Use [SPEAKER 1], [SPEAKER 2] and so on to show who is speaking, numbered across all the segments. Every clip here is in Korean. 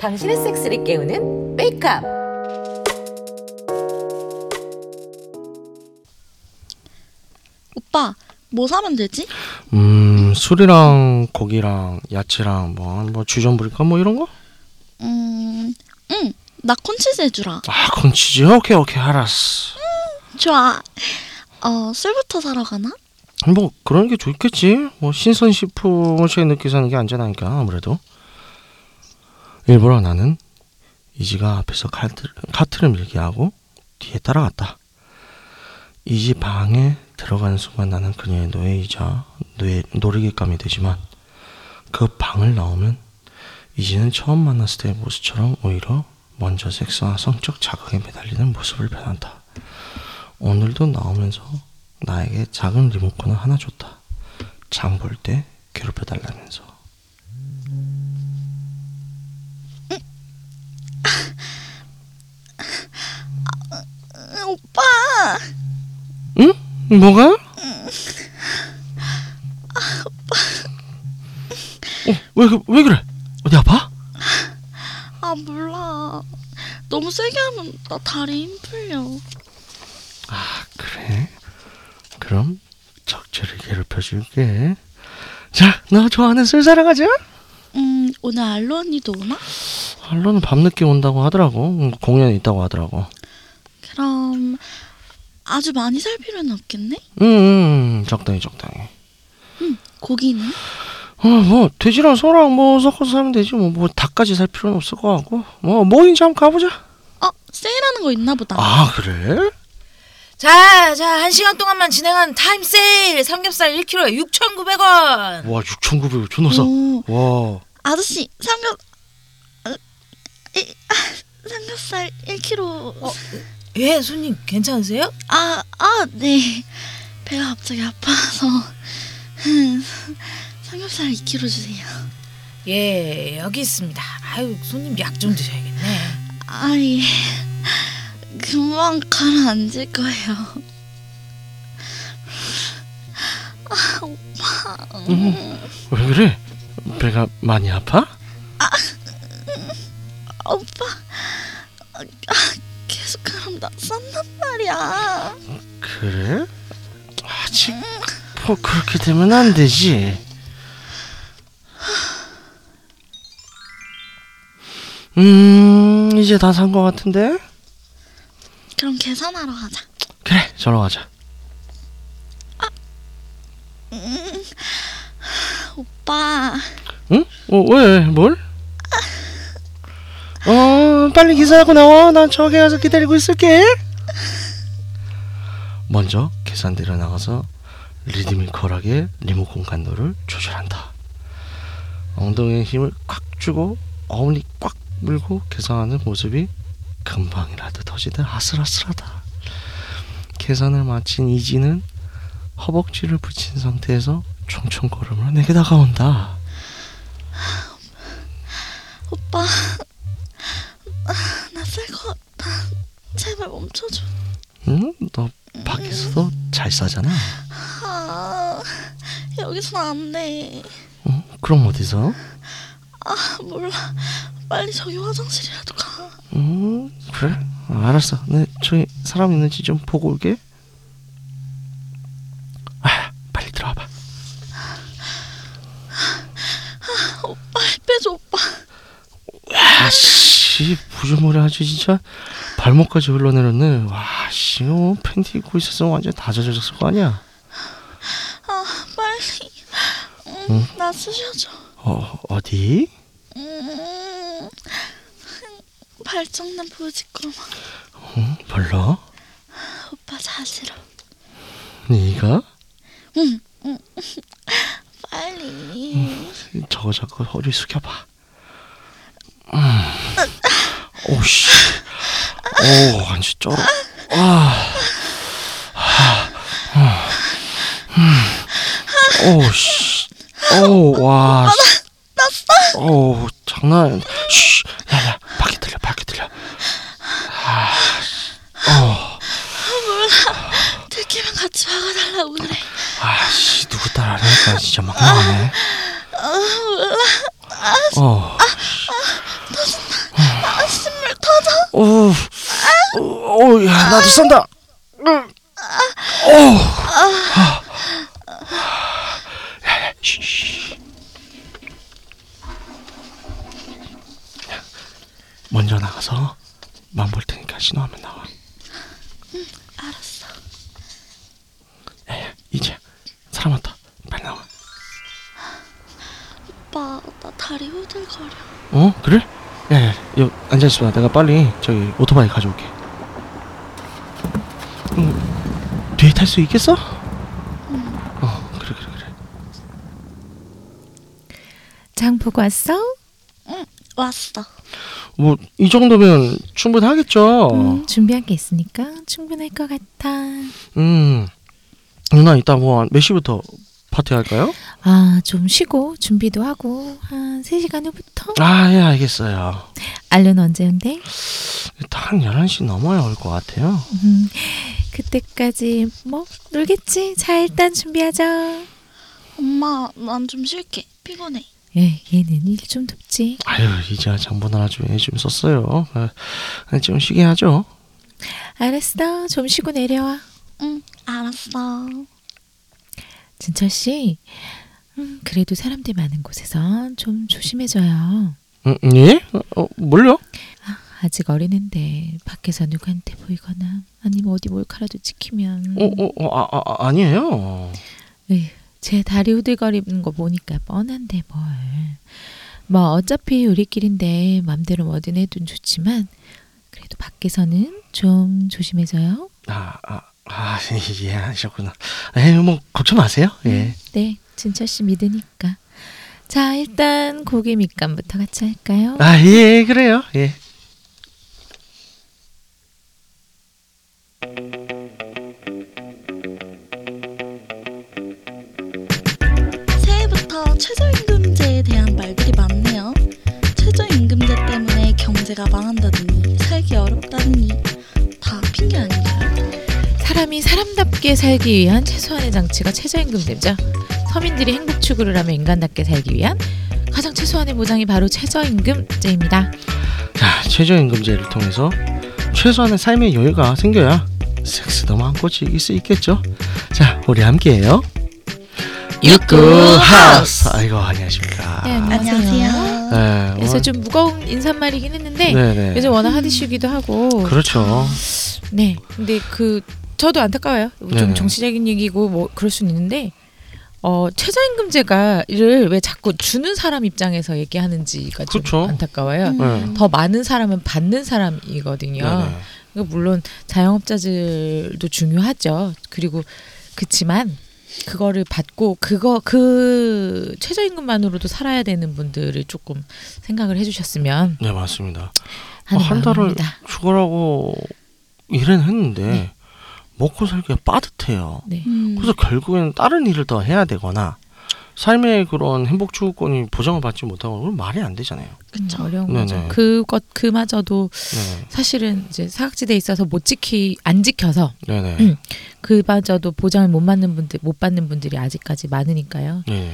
[SPEAKER 1] 당신의 섹스를 깨우는 메이크업.
[SPEAKER 2] 오빠, 뭐 사면 되지?
[SPEAKER 3] 음 술이랑 고기랑 야채랑 뭐, 뭐 주전부릴까 뭐 이런 거?
[SPEAKER 2] 음, 응, 나 콘치즈 해주라.
[SPEAKER 3] 아 그건 치즈 오케이 오케이 알았어
[SPEAKER 2] 좋아. 어, 술부터 사러 가나?
[SPEAKER 3] 뭐 그런 게 좋겠지 뭐 신선 식품을 늦게 사는 게 안전하니까 아무래도 일부러 나는 이지가 앞에서 카트, 카트를 밀게 하고 뒤에 따라갔다 이지 방에 들어가는 순간 나는 그녀의 노예이자 노예, 노리객감이 되지만 그 방을 나오면 이지는 처음 만났을 때의 모습처럼 오히려 먼저 섹스와 성적 자극에 매달리는 모습을 변한다 오늘도 나오면서 나에게 작은 리모컨을 하나 줬다. 장 볼 때 괴롭혀 달라면서.
[SPEAKER 2] 응, 오빠,
[SPEAKER 3] 뭐가? 어, 왜왜 왜 그래? 어디 아파?
[SPEAKER 2] 아, 몰라. 너무 세게 하면 나 다리 힘 풀려.
[SPEAKER 3] 아, 그래. 그럼 적절히 괴롭혀 줄게. 자, 너 좋아하는 술 사랑하자.
[SPEAKER 2] 음, 오늘 알로 언니도 오나?
[SPEAKER 3] 할로는 밤늦게 온다고 하더라고. 음, 공연이 있다고 하더라고.
[SPEAKER 2] 그럼 아주 많이 살 필요는 없겠네?
[SPEAKER 3] 음, 음, 음, 적당히 적당히.
[SPEAKER 2] 고기는?
[SPEAKER 3] 어, 뭐 돼지랑 소랑 뭐 섞어서 사면 되지 뭐, 뭐 닭까지 살 필요는 없을 것 같고 뭐 뭐인지 한번 가보자
[SPEAKER 2] 어, 세일하는 거 있나 보다.
[SPEAKER 3] 아 그래?
[SPEAKER 4] 자, 자, 한 시간 동안만 진행한 타임 세일 삼겹살 1kg에 6,900원.
[SPEAKER 3] 와 6,900원 존나 싸
[SPEAKER 2] 오,
[SPEAKER 3] 와,
[SPEAKER 2] 아저씨, 삼겹... 아, 이- 아, 삼겹살 1kg...
[SPEAKER 4] 어, 예, 손님 괜찮으세요?
[SPEAKER 2] 아, 아, 네. 배가 갑자기 아파서. 음, 삼겹살 2kg 주세요.
[SPEAKER 4] 예, 여기 있습니다. 아유, 손님 약 좀 드셔야겠네.
[SPEAKER 2] 아, 예. 금방 가라앉을 거예요. 아, 오빠.
[SPEAKER 3] 왜 그래? 배가 많이 아파?
[SPEAKER 2] 오빠. 아, 계속 그럼 나 싼단 말이야.
[SPEAKER 3] 그래? 아직 뭐 그렇게 되면 안 되지 음 이제 다 산 것 같은데?
[SPEAKER 2] 그럼 계산하러 가자.
[SPEAKER 3] 그래 저러 가자
[SPEAKER 2] 오빠.
[SPEAKER 3] 응? 어, 왜? 뭘? 어, 빨리 계산하고 나와. 난 저기 가서 기다리고 있을게. 먼저 계산대로 나가서 리드미컬하게 리모컨 간도를 조절한다. 엉덩이에 힘을 꽉 주고 어머니 꽉 물고 계산하는 모습이 금방이라도 터지듯 아슬아슬하다. 계산을 마친 이지는 허벅지를 붙인 상태에서 총총 걸음으로 내게 다가온다.
[SPEAKER 2] 오빠. 나 쌀 것 같다. 제발 멈춰줘.
[SPEAKER 3] 응? 너 밖에서도 잘 싸잖아.
[SPEAKER 2] 아, 여기서 안 돼.
[SPEAKER 3] 응? 그럼 어디서?
[SPEAKER 2] 아, 몰라. 빨리 저기 화장실이라도 가.
[SPEAKER 3] 응? 그래? 아, 알았어. 내 저기 사람 있는지 좀 보고 올게. 아, 빨리 들어와봐.
[SPEAKER 2] 오빠, 빼줘, 오빠.
[SPEAKER 3] 아, 씨, 부주머리 아주 진짜 발목까지 흘러내렸네. 와, 씨, 어, 팬티 입고 있었으면 완전 다 젖어졌을 거 아니야.
[SPEAKER 2] 아, 빨리. 음, 나 쑤셔줘.
[SPEAKER 3] 어, 어디?
[SPEAKER 2] 음, 발정난 부지꺼마.
[SPEAKER 3] 응? 별로?
[SPEAKER 2] 오빠 자지러.
[SPEAKER 3] 네가?
[SPEAKER 2] 빨리.
[SPEAKER 3] 저거 자꾸 허리 숙여봐. 음. 오씨. 오, 완전 쩔어. 아. 아. 음. 오씨. 오, 와. 났어. 오, 장난. 아니- 쉬. 야, 야, 밖에 들려, 밖에 들려. 아. 어.
[SPEAKER 2] 들키면 같이 박아달라고 그래.
[SPEAKER 3] 아씨 누구 딸 아니니까 진짜 막 나가네. 어. 어, 어, 어, 야, 나도 싼다. 어. 아. 야, 야, 쉬, 쉬. 먼저 나가서 만볼 테니까 신호하면 나와.
[SPEAKER 2] 알았어.
[SPEAKER 3] 야, 야, 이제 사람 왔다. 빨리 나와.
[SPEAKER 2] 오빠, 나 다리 후들거려.
[SPEAKER 3] 어? 그래? 야, 야, 여 앉아 있어봐. 내가 빨리 저기 오토바이 가져올게. 응, 뒤에 탈 수 있겠어? 어, 그래, 그래, 그래.
[SPEAKER 5] 장 보고 왔어?
[SPEAKER 2] 응, 왔어.
[SPEAKER 3] 뭐 이 정도면 충분하겠죠.
[SPEAKER 5] 음, 준비한 게 있으니까 충분할 것 같아.
[SPEAKER 3] 음, 누나 이따 뭐 몇 시부터 파티 할까요?
[SPEAKER 5] 아, 좀 쉬고 준비도 하고 한 3시간 후부터?
[SPEAKER 3] 아, 예, 알겠어요.
[SPEAKER 5] 알론 언제 온대?
[SPEAKER 3] 일단 한 11시 넘어야 올 것 같아요.
[SPEAKER 5] 음, 그때까지 뭐 놀겠지? 자, 일단 준비하자.
[SPEAKER 2] 엄마, 난 좀 쉴게. 피곤해.
[SPEAKER 5] 예, 얘는 일 좀 돕지.
[SPEAKER 3] 아유, 이제 장보느라 좀좀 썼어요. 아, 좀 쉬게 하죠.
[SPEAKER 5] 알았어, 좀 쉬고 내려와.
[SPEAKER 2] 응, 알았어.
[SPEAKER 5] 진철 씨, 음, 그래도 사람들 많은 곳에선 좀 조심해줘요. 아,
[SPEAKER 3] 음, 예? 어, 어, 뭘요?
[SPEAKER 5] 아직 어리는데 밖에서 누구한테 보이거나 아니면 어디 몰카라도 찍히면
[SPEAKER 3] 어, 어, 어, 아, 아, 아, 아니에요.
[SPEAKER 5] 에휴, 제 다리 후들거리는 거 보니까 뻔한데 뭘. 뭐 어차피 우리끼린데 맘대로 뭐든 해도 좋지만 그래도 밖에서는 좀 조심해줘요.
[SPEAKER 3] 아, 아, 아, 이해하셨구나. 에, 뭐 걱정 마세요. 예.
[SPEAKER 5] 네, 진철 씨 믿으니까. 자, 일단 고기 밑감부터 같이 할까요?
[SPEAKER 3] 아, 예, 그래요. 예.
[SPEAKER 2] 새해부터 최저임금제에 대한 말들이 많네요. 최저임금제 때문에 경제가 망한다더니 살기 어렵다더니 다 핑계 아닌가요?
[SPEAKER 5] 사람이 사람답게 살기 위한 최소한의 장치가 최저임금제죠. 서민들이 행복 추구를 하며 인간답게 살기 위한 가장 최소한의 보장이 바로 최저임금제입니다.
[SPEAKER 3] 자, 최저임금제를 통해서 최소한의 삶의 여유가 생겨야 섹스도 마음껏 즐길 수 있겠죠. 자, 우리 함께해요. 유쿠하우스. 아이고, 안녕하십니까.
[SPEAKER 5] 네, 안녕하세요.
[SPEAKER 3] 네,
[SPEAKER 5] 그래서 좀 무거운 인사말이긴 했는데
[SPEAKER 3] 네네.
[SPEAKER 5] 요즘 워낙 핫이슈기도 하고
[SPEAKER 3] 그렇죠.
[SPEAKER 5] 네 근데 그 저도 안타까워요 좀
[SPEAKER 3] 네네.
[SPEAKER 5] 정치적인 얘기고 뭐 그럴 수는 있는데 어 최저임금제가를 왜 자꾸 주는 사람 입장에서 얘기하는지가
[SPEAKER 3] 그렇죠.
[SPEAKER 5] 좀 안타까워요
[SPEAKER 2] 음.
[SPEAKER 3] 네.
[SPEAKER 5] 더 많은 사람은 받는 사람이거든요
[SPEAKER 3] 네네.
[SPEAKER 5] 그러니까 물론 자영업자들도 중요하죠 그리고 그치만 그거를 받고 그거 그 최저임금만으로도 살아야 되는 분들을 조금 생각을 해주셨으면
[SPEAKER 3] 네, 맞습니다.
[SPEAKER 5] 하는
[SPEAKER 3] 어, 한 달을-
[SPEAKER 5] 마음입니다.
[SPEAKER 3] 죽으라고 일은 했는데 먹고 살기가 빠듯해요.
[SPEAKER 5] 네.
[SPEAKER 2] 음.
[SPEAKER 3] 그래서 결국에는 다른 일을 더 해야 되거나 삶의 그런 행복 추구권이 보장을 받지 못하고 그건 말이 안 되잖아요.
[SPEAKER 5] 그쵸. 음, 어려운
[SPEAKER 3] 네네.
[SPEAKER 5] 거죠. 그것 그마저도
[SPEAKER 3] 네,
[SPEAKER 5] 사실은 이제 사각지대에 있어서 못 지키 안 지켜서
[SPEAKER 3] 네네.
[SPEAKER 5] 음. 그마저도 보장을 못 받는 분들 못 받는 분들이 아직까지 많으니까요.
[SPEAKER 3] 네.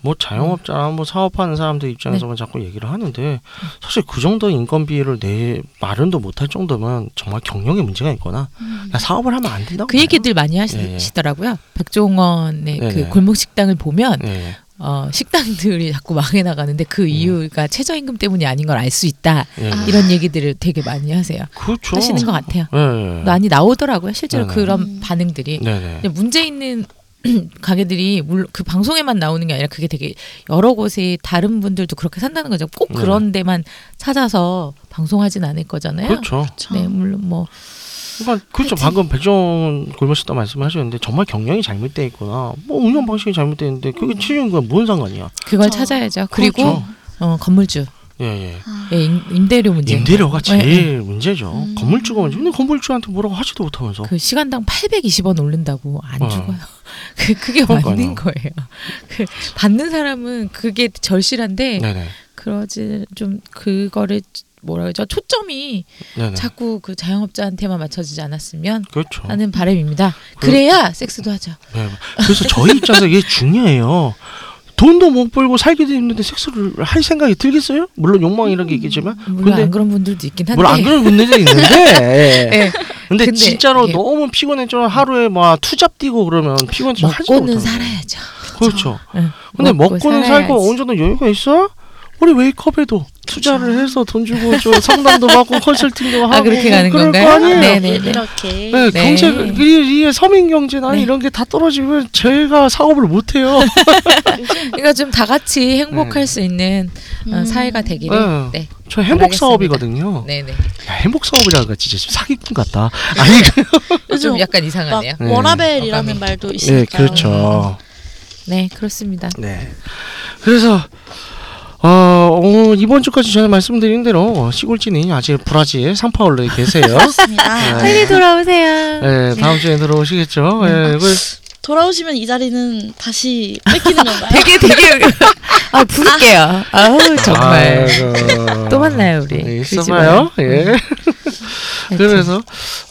[SPEAKER 3] 뭐 자영업자나
[SPEAKER 5] 음.
[SPEAKER 3] 뭐 사업하는 사람들
[SPEAKER 5] 네.
[SPEAKER 3] 입장에서만 뭐 자꾸 얘기를 하는데 사실 그 정도 인건비를 내 마련도 못할 정도면 정말 경영에 문제가 있거나 나 사업을 하면 안 된다고.
[SPEAKER 5] 음. 그 얘기들 많이
[SPEAKER 3] 예, 예.
[SPEAKER 5] 하시더라고요. 백종원의
[SPEAKER 3] 네네.
[SPEAKER 5] 그 골목 식당을 보면
[SPEAKER 3] 봐요. 네.
[SPEAKER 5] 어, 식당들이 자꾸 망해 나가는데
[SPEAKER 3] 음.
[SPEAKER 5] 그 이유가 최저임금 때문이 아닌 걸 알 수 있다
[SPEAKER 3] 예.
[SPEAKER 5] 아, 이런 얘기들을 되게 많이 하세요.
[SPEAKER 3] 그렇죠.
[SPEAKER 5] 하시는 것 같아요.
[SPEAKER 3] 네.
[SPEAKER 5] 많이 나오더라고요. 실제로
[SPEAKER 3] 네네.
[SPEAKER 2] 음.
[SPEAKER 3] 음.
[SPEAKER 5] 그런 반응들이
[SPEAKER 3] 네네.
[SPEAKER 5] 근데 문제 있는 가게들이 물론 그 방송에만 나오는 게 아니라 그게 되게 여러 곳에 다른 분들도 그렇게 산다는 거죠. 꼭
[SPEAKER 3] 네.
[SPEAKER 5] 그런 데만 찾아서 방송하진 않을 거잖아요.
[SPEAKER 3] 그렇죠.
[SPEAKER 5] 네, 물론 뭐
[SPEAKER 3] 그러니까 그렇죠.
[SPEAKER 5] 하여튼.
[SPEAKER 3] 방금 백종원 골목식당 말씀하셨는데 정말 경영이 잘못돼 있거나 뭐 운영 방식이 잘못돼 있는데 그게 치유인과 뭔 상관이야?
[SPEAKER 5] 그걸
[SPEAKER 2] 그렇죠.
[SPEAKER 5] 찾아야죠. 음. 그리고
[SPEAKER 3] 그렇죠.
[SPEAKER 5] 어, 건물주,
[SPEAKER 3] 예, 예.
[SPEAKER 2] 아.
[SPEAKER 5] 예, 임, 임대료 문제,
[SPEAKER 3] 임대료가
[SPEAKER 5] 네, 음.
[SPEAKER 3] 제일 문제죠. 건물주가 문제. 근데 건물주한테 뭐라고 하지도 못하면서.
[SPEAKER 5] 그 시간당 820원 오른다고 안
[SPEAKER 3] 어.
[SPEAKER 5] 죽어요. 그 그게
[SPEAKER 3] 그러니까요.
[SPEAKER 5] 맞는 거예요. 그
[SPEAKER 3] 네.
[SPEAKER 5] 받는 사람은 그게 절실한데
[SPEAKER 3] 네네.
[SPEAKER 5] 그러지 좀 그거를 뭐라 그러죠? 초점이
[SPEAKER 3] 네네.
[SPEAKER 5] 자꾸 그 자영업자한테만 맞춰지지 않았으면
[SPEAKER 3] 그렇죠.
[SPEAKER 5] 하는 바람입니다.
[SPEAKER 3] 그-
[SPEAKER 5] 그래야 섹스도 하죠.
[SPEAKER 3] 네. 그래서 저희 입장에서 이게 중요해요. 돈도 못 벌고 살기도 힘든데 섹스를 할 생각이 들겠어요? 물론 욕망이라는
[SPEAKER 5] 음.
[SPEAKER 3] 게 있겠지만
[SPEAKER 5] 물론
[SPEAKER 3] 근데
[SPEAKER 5] 안 그런 분들도 있긴 한데.
[SPEAKER 3] 물론 안 그런 분들도 있는데
[SPEAKER 5] 예.
[SPEAKER 3] 근데,
[SPEAKER 5] 근데
[SPEAKER 3] 진짜로
[SPEAKER 5] 이게-
[SPEAKER 3] 너무 피곤했지만 하루에 막 투잡 뛰고 그러면 피곤증 할수
[SPEAKER 5] 먹고는
[SPEAKER 3] 없다.
[SPEAKER 5] 살아야죠.
[SPEAKER 3] 그렇죠.
[SPEAKER 5] 응.
[SPEAKER 3] 근데
[SPEAKER 5] 먹고
[SPEAKER 3] 먹고는
[SPEAKER 5] 살아야지. 그렇죠.
[SPEAKER 3] 살고 어느 정도 여유가 있어? 우리 웨이크업에도 투자를 해서 돈 주고 저 상담도 받고 컨설팅도 하고
[SPEAKER 5] 아 그렇게 가는
[SPEAKER 3] 그럴
[SPEAKER 5] 건가요?
[SPEAKER 3] 거 아니에요.
[SPEAKER 5] 네네네.
[SPEAKER 2] 이렇게
[SPEAKER 3] 네,
[SPEAKER 5] 네.
[SPEAKER 3] 경제 이, 이 서민 경제나
[SPEAKER 5] 네.
[SPEAKER 3] 이런 게 다 떨어지면 제가 사업을 못 해요.
[SPEAKER 5] 그러니까 좀 다 같이 행복할
[SPEAKER 3] 네.
[SPEAKER 5] 수 있는 어,
[SPEAKER 2] 음.
[SPEAKER 5] 사회가 되기를.
[SPEAKER 3] 네. 어.
[SPEAKER 5] 네.
[SPEAKER 3] 저 행복
[SPEAKER 5] 알겠습니다.
[SPEAKER 3] 사업이거든요.
[SPEAKER 5] 네네.
[SPEAKER 3] 야, 행복 사업이라니까 진짜 지금 사기꾼 같다. 아니
[SPEAKER 5] 좀
[SPEAKER 2] 요즘 음.
[SPEAKER 5] 약간 이상하네요.
[SPEAKER 3] 네.
[SPEAKER 2] 워라벨이라는
[SPEAKER 5] 어감이.
[SPEAKER 2] 말도 있으니까
[SPEAKER 3] 예, 그렇죠.
[SPEAKER 5] 네 그렇습니다.
[SPEAKER 3] 네. 그래서 어, 어, 이번 주까지 전에 말씀드린 대로 시골진이 아직 브라질 상파울로에 계세요.
[SPEAKER 2] 그렇습니다. 아,
[SPEAKER 3] 네.
[SPEAKER 5] 빨리 돌아오세요.
[SPEAKER 3] 네, 다음 주에 들어오시겠죠.
[SPEAKER 5] 음.
[SPEAKER 3] 예, 그
[SPEAKER 2] 돌아오시면 이 자리는 다시 뺏기는 건가요?
[SPEAKER 5] 되게 되게 아 부를게요. 아우 정말.
[SPEAKER 3] 예. 아이고.
[SPEAKER 5] 또 만나요, 우리. 음.
[SPEAKER 3] 네,
[SPEAKER 5] 그
[SPEAKER 3] 있어봐요. 예.
[SPEAKER 5] 하여튼.
[SPEAKER 3] 그래서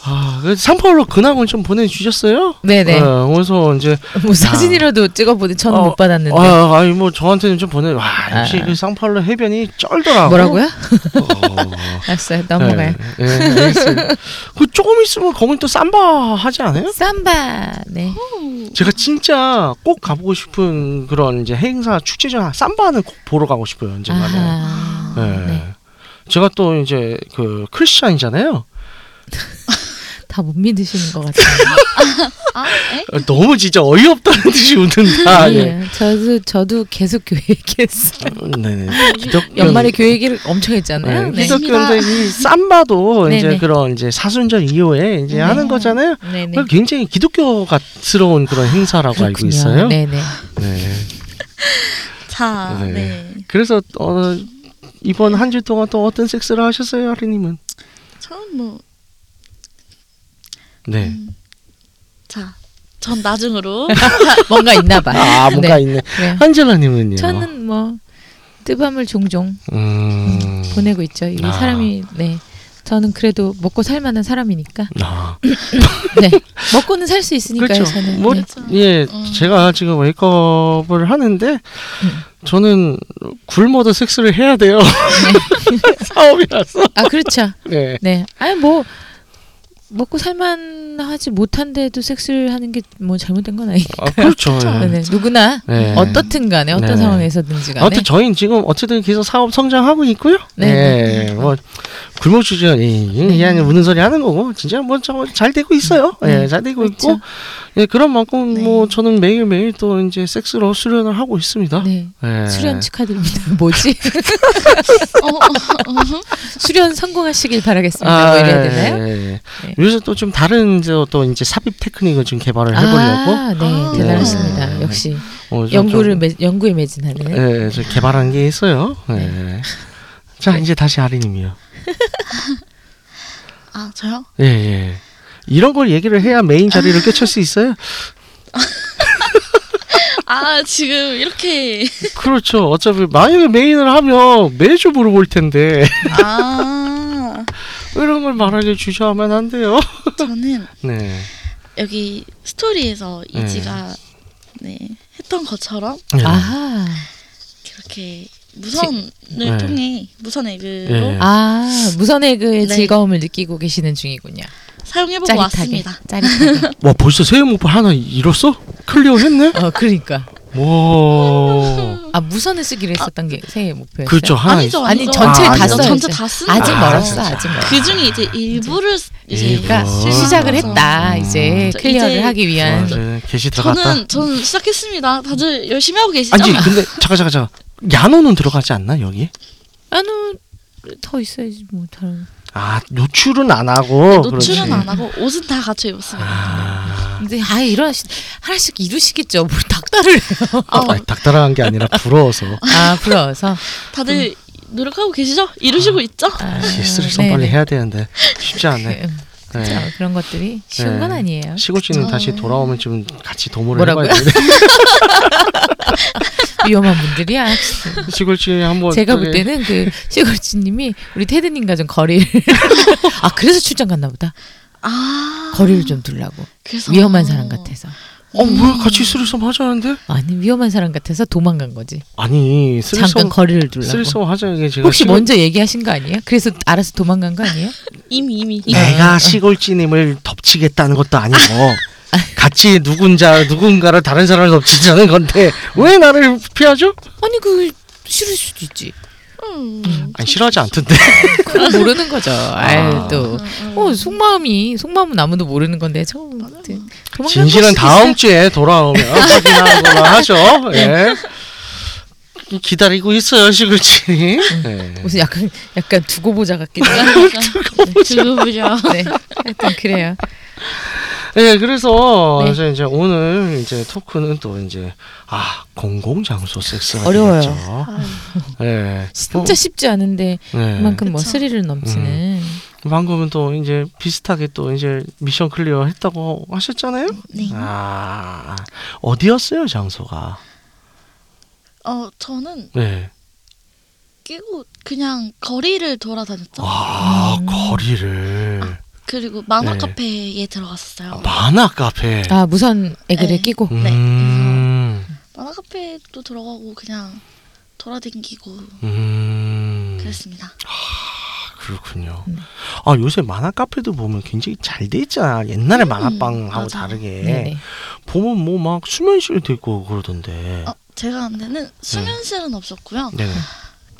[SPEAKER 3] 아, 그 상파울로 근황을 좀 보내주셨어요?
[SPEAKER 5] 네네.
[SPEAKER 3] 어, 그래서 이제
[SPEAKER 5] 뭐 사진이라도 찍어보니 저는
[SPEAKER 3] 어,
[SPEAKER 5] 못 받았는데.
[SPEAKER 3] 아, 아니 뭐 저한테는 좀 보내. 와 역시
[SPEAKER 5] 아.
[SPEAKER 3] 그 상파울로 해변이 쩔더라고.
[SPEAKER 5] 뭐라고요?
[SPEAKER 3] 어.
[SPEAKER 5] 알았어요. 넘어가요.
[SPEAKER 3] 예, 예, 알겠습니다. 그 조금 있으면 거긴 또 삼바 하지 않아요?
[SPEAKER 5] 삼바. 네.
[SPEAKER 3] 제가 진짜 꼭 가보고 싶은 그런 이제 행사 축제전 삼바는 꼭 보러 가고 싶어요 언젠가는.
[SPEAKER 5] 아하.
[SPEAKER 3] 예.
[SPEAKER 5] 네.
[SPEAKER 3] 제가 또 이제 그 크리스천이잖아요.
[SPEAKER 5] 다 못 믿으시는 것 같아요.
[SPEAKER 2] 아, 에?
[SPEAKER 3] 어, 너무 진짜 어이없다는 듯이 웃는다. 예.
[SPEAKER 5] 네. 저도 저도 계속 교회 얘기했어요.
[SPEAKER 3] 어, 네네. 기독교
[SPEAKER 5] 음. 연말에 교회 얘기를 엄청 했잖아요.
[SPEAKER 3] 아, 네.
[SPEAKER 5] 네.
[SPEAKER 3] 기독교인데 이 삼바도 이제
[SPEAKER 5] 네네.
[SPEAKER 3] 그런 이제 사순절 이후에 이제
[SPEAKER 5] 네.
[SPEAKER 3] 하는 거잖아요.
[SPEAKER 5] 네네.
[SPEAKER 3] 그걸 굉장히 기독교스러운 그런 행사라고 알고 있어요.
[SPEAKER 5] 네네.
[SPEAKER 3] 네.
[SPEAKER 2] 자,
[SPEAKER 3] 네.
[SPEAKER 2] 네.
[SPEAKER 3] 그래서 어, 이번 한 주 동안 또 어떤 섹스를 하셨어요, 하리님은?
[SPEAKER 2] 저는 뭐,
[SPEAKER 3] 네.
[SPEAKER 2] 자, 전 나중으로.
[SPEAKER 5] 뭔가 있나 봐.
[SPEAKER 3] 아 예. 뭔가
[SPEAKER 5] 네.
[SPEAKER 3] 있네.
[SPEAKER 5] 그래요.
[SPEAKER 3] 한젤라님은요?
[SPEAKER 5] 저는 뭐 뜨밤을 종종
[SPEAKER 3] 음...
[SPEAKER 5] 보내고 있죠. 이
[SPEAKER 3] 아.
[SPEAKER 5] 사람이 네. 저는 그래도 먹고 살 만한 사람이니까.
[SPEAKER 3] 아,
[SPEAKER 5] 네. 먹고는 살 수 있으니까요,
[SPEAKER 3] 그렇죠.
[SPEAKER 5] 저는.
[SPEAKER 3] 뭐,
[SPEAKER 5] 네.
[SPEAKER 3] 예, 제가 지금 웨이크업을 하는데 저는 굶어도 섹스를 해야 돼요.
[SPEAKER 5] 네.
[SPEAKER 3] 사업이라서.
[SPEAKER 5] 아, 그렇죠.
[SPEAKER 3] 네.
[SPEAKER 5] 네. 아니 뭐 먹고 살만하지 못한데도 섹스를 하는 게 뭐 잘못된 건 아니에요.
[SPEAKER 3] 아, 그렇죠.
[SPEAKER 5] 네.
[SPEAKER 3] 예.
[SPEAKER 5] 누구나
[SPEAKER 3] 네.
[SPEAKER 5] 어떻든 간에 어떤
[SPEAKER 3] 네.
[SPEAKER 5] 상황에서든지 간에
[SPEAKER 3] 아무튼 저희는 지금 어쨌든 계속 사업 성장하고 있고요.
[SPEAKER 5] 네,
[SPEAKER 3] 예, 뭐 굶어주죠. 예, 그냥 우는 소리 하는 거고 진짜 뭐 잘 되고 있어요. 예, 잘 되고 있고
[SPEAKER 5] 그렇죠. 네.
[SPEAKER 3] 예, 그런 만큼 뭐 저는 매일 매일 또 이제 섹스로 수련을 하고 있습니다.
[SPEAKER 5] 네.
[SPEAKER 3] 예.
[SPEAKER 5] 수련 축하드립니다. 뭐지?
[SPEAKER 2] 어, 어, 어, 어.
[SPEAKER 5] 수련 성공하시길 바라겠습니다. 뭐 이래야 되나요?
[SPEAKER 3] 예, 예.
[SPEAKER 5] 네.
[SPEAKER 3] 요새 또 좀 다른 저또 이제 삽입 테크닉을 좀 개발을 해보려고
[SPEAKER 5] 아, 네,
[SPEAKER 2] 아.
[SPEAKER 5] 대단하십니다.
[SPEAKER 3] 네.
[SPEAKER 5] 역시
[SPEAKER 3] 어, 좀-
[SPEAKER 5] 연구를 매, 연구에 매진하는.
[SPEAKER 3] 좀, 예, 좀 개발한 게 있어요. 예.
[SPEAKER 5] 네.
[SPEAKER 3] 자 이제 다시 아린님이요.
[SPEAKER 2] 아, 저요?
[SPEAKER 3] 예, 예. 이런 걸 얘기를 해야 메인 자리를 꿰찰 수 있어요.
[SPEAKER 2] 아, 지금 이렇게.
[SPEAKER 3] 그렇죠. 어차피 만약에 메인을 하면 매주 물어볼 텐데
[SPEAKER 2] 아,
[SPEAKER 3] 이런 걸 말하게 주저하면 안 돼요.
[SPEAKER 2] 저는
[SPEAKER 3] 네.
[SPEAKER 2] 여기 스토리에서
[SPEAKER 3] 네.
[SPEAKER 2] 이지가 네, 했던 것처럼
[SPEAKER 3] 네.
[SPEAKER 5] 아하.
[SPEAKER 2] 그렇게 무선을
[SPEAKER 3] 네.
[SPEAKER 2] 통해 무선 앱으로
[SPEAKER 3] 네.
[SPEAKER 5] 아, 무선의 그
[SPEAKER 2] 네.
[SPEAKER 5] 즐거움을 느끼고 계시는 중이군요.
[SPEAKER 2] 사용해보고
[SPEAKER 5] 짜릿하게.
[SPEAKER 2] 왔습니다.
[SPEAKER 5] 짜릿하게.
[SPEAKER 3] 와 벌써 새해 목표 하나 이뤘어? 클리어 했네?
[SPEAKER 5] 어, 그러니까.
[SPEAKER 3] 와.
[SPEAKER 5] 아, 무선을 쓰기로 했었던 게 새해 목표였어요.
[SPEAKER 3] 그렇죠. 하나
[SPEAKER 2] 아니죠,
[SPEAKER 3] 있-
[SPEAKER 5] 아니,
[SPEAKER 2] 아니죠.
[SPEAKER 5] 전체
[SPEAKER 3] 아,
[SPEAKER 5] 다
[SPEAKER 3] 아니죠.
[SPEAKER 5] 써요.
[SPEAKER 2] 전체
[SPEAKER 5] 이제.
[SPEAKER 2] 다 쓴.
[SPEAKER 5] 아직
[SPEAKER 3] 아,
[SPEAKER 5] 멀었어.
[SPEAKER 3] 진짜.
[SPEAKER 5] 아직 멀었어.
[SPEAKER 2] 그 중에 이제 일부를 이제
[SPEAKER 3] 일부.
[SPEAKER 5] 그러니까
[SPEAKER 3] 아.
[SPEAKER 5] 시작을
[SPEAKER 2] 그래서
[SPEAKER 5] 했다.
[SPEAKER 3] 음.
[SPEAKER 5] 이제
[SPEAKER 2] 저
[SPEAKER 5] 클리어를
[SPEAKER 2] 이제-
[SPEAKER 5] 하기 위한.
[SPEAKER 3] 와, 이제 아, 네. 게시 들어갔다.
[SPEAKER 2] 저는 저는 시작했습니다. 다들 열심히 하고 계시죠?
[SPEAKER 3] 아니 근데 잠깐 잠깐 잠깐. 야노는 들어가지 않나 여기?
[SPEAKER 5] 아니, 더 있어야지 뭐 다른.
[SPEAKER 3] 아 노출은 안 하고.
[SPEAKER 2] 노출은
[SPEAKER 3] 어, 그렇지.
[SPEAKER 2] 안 하고 옷은 다 갖춰 입었습니다.
[SPEAKER 3] 아,
[SPEAKER 5] 근데 아 이런 시- 하나씩 이루시겠죠. 뭘 닥달을 해요.
[SPEAKER 2] 어,
[SPEAKER 3] 아, 닥달한 게 아니라 부러워서.
[SPEAKER 5] 아 부러워서.
[SPEAKER 2] 다들 노력하고 계시죠? 이루시고 있죠?
[SPEAKER 5] 아,
[SPEAKER 3] 실수를 좀
[SPEAKER 5] 네네.
[SPEAKER 3] 빨리 해야 되는데 쉽지 않네.
[SPEAKER 5] 그, 그죠?
[SPEAKER 3] 네.
[SPEAKER 5] 그런 것들이 쉬운
[SPEAKER 3] 네.
[SPEAKER 5] 건 아니에요.
[SPEAKER 3] 시골지는
[SPEAKER 2] 어.
[SPEAKER 3] 다시 돌아오면 지금 같이 도모를
[SPEAKER 5] 뭐라고요?
[SPEAKER 3] 해봐야 되는데
[SPEAKER 5] 위험한 분들이야. 확실히.
[SPEAKER 3] 시골지 한번
[SPEAKER 5] 제가 볼
[SPEAKER 3] 저기-
[SPEAKER 5] 때는 그 시골지님이 우리 테드님과 좀 거리를 아 그래서 출장 갔나 보다.
[SPEAKER 2] 아
[SPEAKER 5] 거리를 좀 두려고
[SPEAKER 2] 그래서
[SPEAKER 5] 위험한 사람 같아서
[SPEAKER 3] 어
[SPEAKER 5] 음.
[SPEAKER 3] 뭐야 같이 쓰리썸 하자는데
[SPEAKER 5] 아니 위험한 사람 같아서 도망간 거지.
[SPEAKER 3] 아니
[SPEAKER 5] 잠깐
[SPEAKER 3] 쓰리썸
[SPEAKER 5] 거리를 두려고.
[SPEAKER 3] 쓰리썸 하자 이게 제가
[SPEAKER 5] 혹시
[SPEAKER 3] 시골-
[SPEAKER 5] 먼저 얘기하신 거 아니에요? 그래서 알아서 도망간 거 아니에요?
[SPEAKER 2] 이미 이미
[SPEAKER 5] 아.
[SPEAKER 3] 내가 시골지님을 덮치겠다는 것도 아니고 같이 누군자 누군가를 다른 사람을 덮치자는 건데 왜 나를 피하죠?
[SPEAKER 5] 아니 그 싫을 수도 있지.
[SPEAKER 2] 음.
[SPEAKER 3] 아니 싫어하지 않던데
[SPEAKER 5] 그건 모르는 거죠.
[SPEAKER 3] 아. 음.
[SPEAKER 5] 아유 또. 어 속마음이 속마음은 아무도 모르는 건데 처음 아무튼 도망간
[SPEAKER 3] 진실은
[SPEAKER 5] 걸 수도
[SPEAKER 3] 다음
[SPEAKER 5] 있어요.
[SPEAKER 3] 주에 돌아오면 확인하거나 하죠. 예.
[SPEAKER 5] 음.
[SPEAKER 3] 기다리고 있어요 시골지님. 예.
[SPEAKER 5] 무슨 약간 약간 두고 보자 같기도 하고.
[SPEAKER 2] 두고 보자.
[SPEAKER 5] 네. 하여튼 그래요.
[SPEAKER 3] 네, 그래서
[SPEAKER 5] 네.
[SPEAKER 3] 이제, 이제 오늘 이제 토크는 또 이제 아 공공 장소 섹스가
[SPEAKER 5] 어려워요. 아.
[SPEAKER 3] 되겠죠. 네,
[SPEAKER 5] 진짜 쉽지 않은데
[SPEAKER 3] 어, 네. 음.
[SPEAKER 5] 그만큼 뭐
[SPEAKER 2] 그쵸.
[SPEAKER 5] 스릴을 넘치는
[SPEAKER 3] 방금은 또 이제 비슷하게 또 이제 미션 클리어 했다고 하셨잖아요.
[SPEAKER 2] 네.
[SPEAKER 3] 아 어디였어요 장소가?
[SPEAKER 2] 어 저는
[SPEAKER 3] 네.
[SPEAKER 2] 끼고 그냥 거리를 돌아다녔죠.
[SPEAKER 5] 어,
[SPEAKER 3] 아
[SPEAKER 5] 음.
[SPEAKER 3] 거리를
[SPEAKER 2] 그리고 만화
[SPEAKER 3] 네.
[SPEAKER 2] 카페에 들어갔어요.
[SPEAKER 3] 아, 만화 카페.
[SPEAKER 5] 아 무선 애교를
[SPEAKER 2] 네.
[SPEAKER 5] 끼고
[SPEAKER 2] 네,
[SPEAKER 3] 음.
[SPEAKER 2] 만화 카페도 들어가고 그냥 돌아다니고
[SPEAKER 3] 음.
[SPEAKER 2] 그랬습니다.
[SPEAKER 3] 그렇군요.
[SPEAKER 2] 네.
[SPEAKER 3] 아 요새 만화 카페도 보면 굉장히 잘 돼 있잖아. 옛날에 만화방하고
[SPEAKER 2] 음, 맞아.
[SPEAKER 3] 다르게
[SPEAKER 5] 네네.
[SPEAKER 3] 보면 뭐 막 수면실도 있고 그러던데.
[SPEAKER 2] 어, 제가 안 데는 수면실은 없었고요.
[SPEAKER 3] 네네.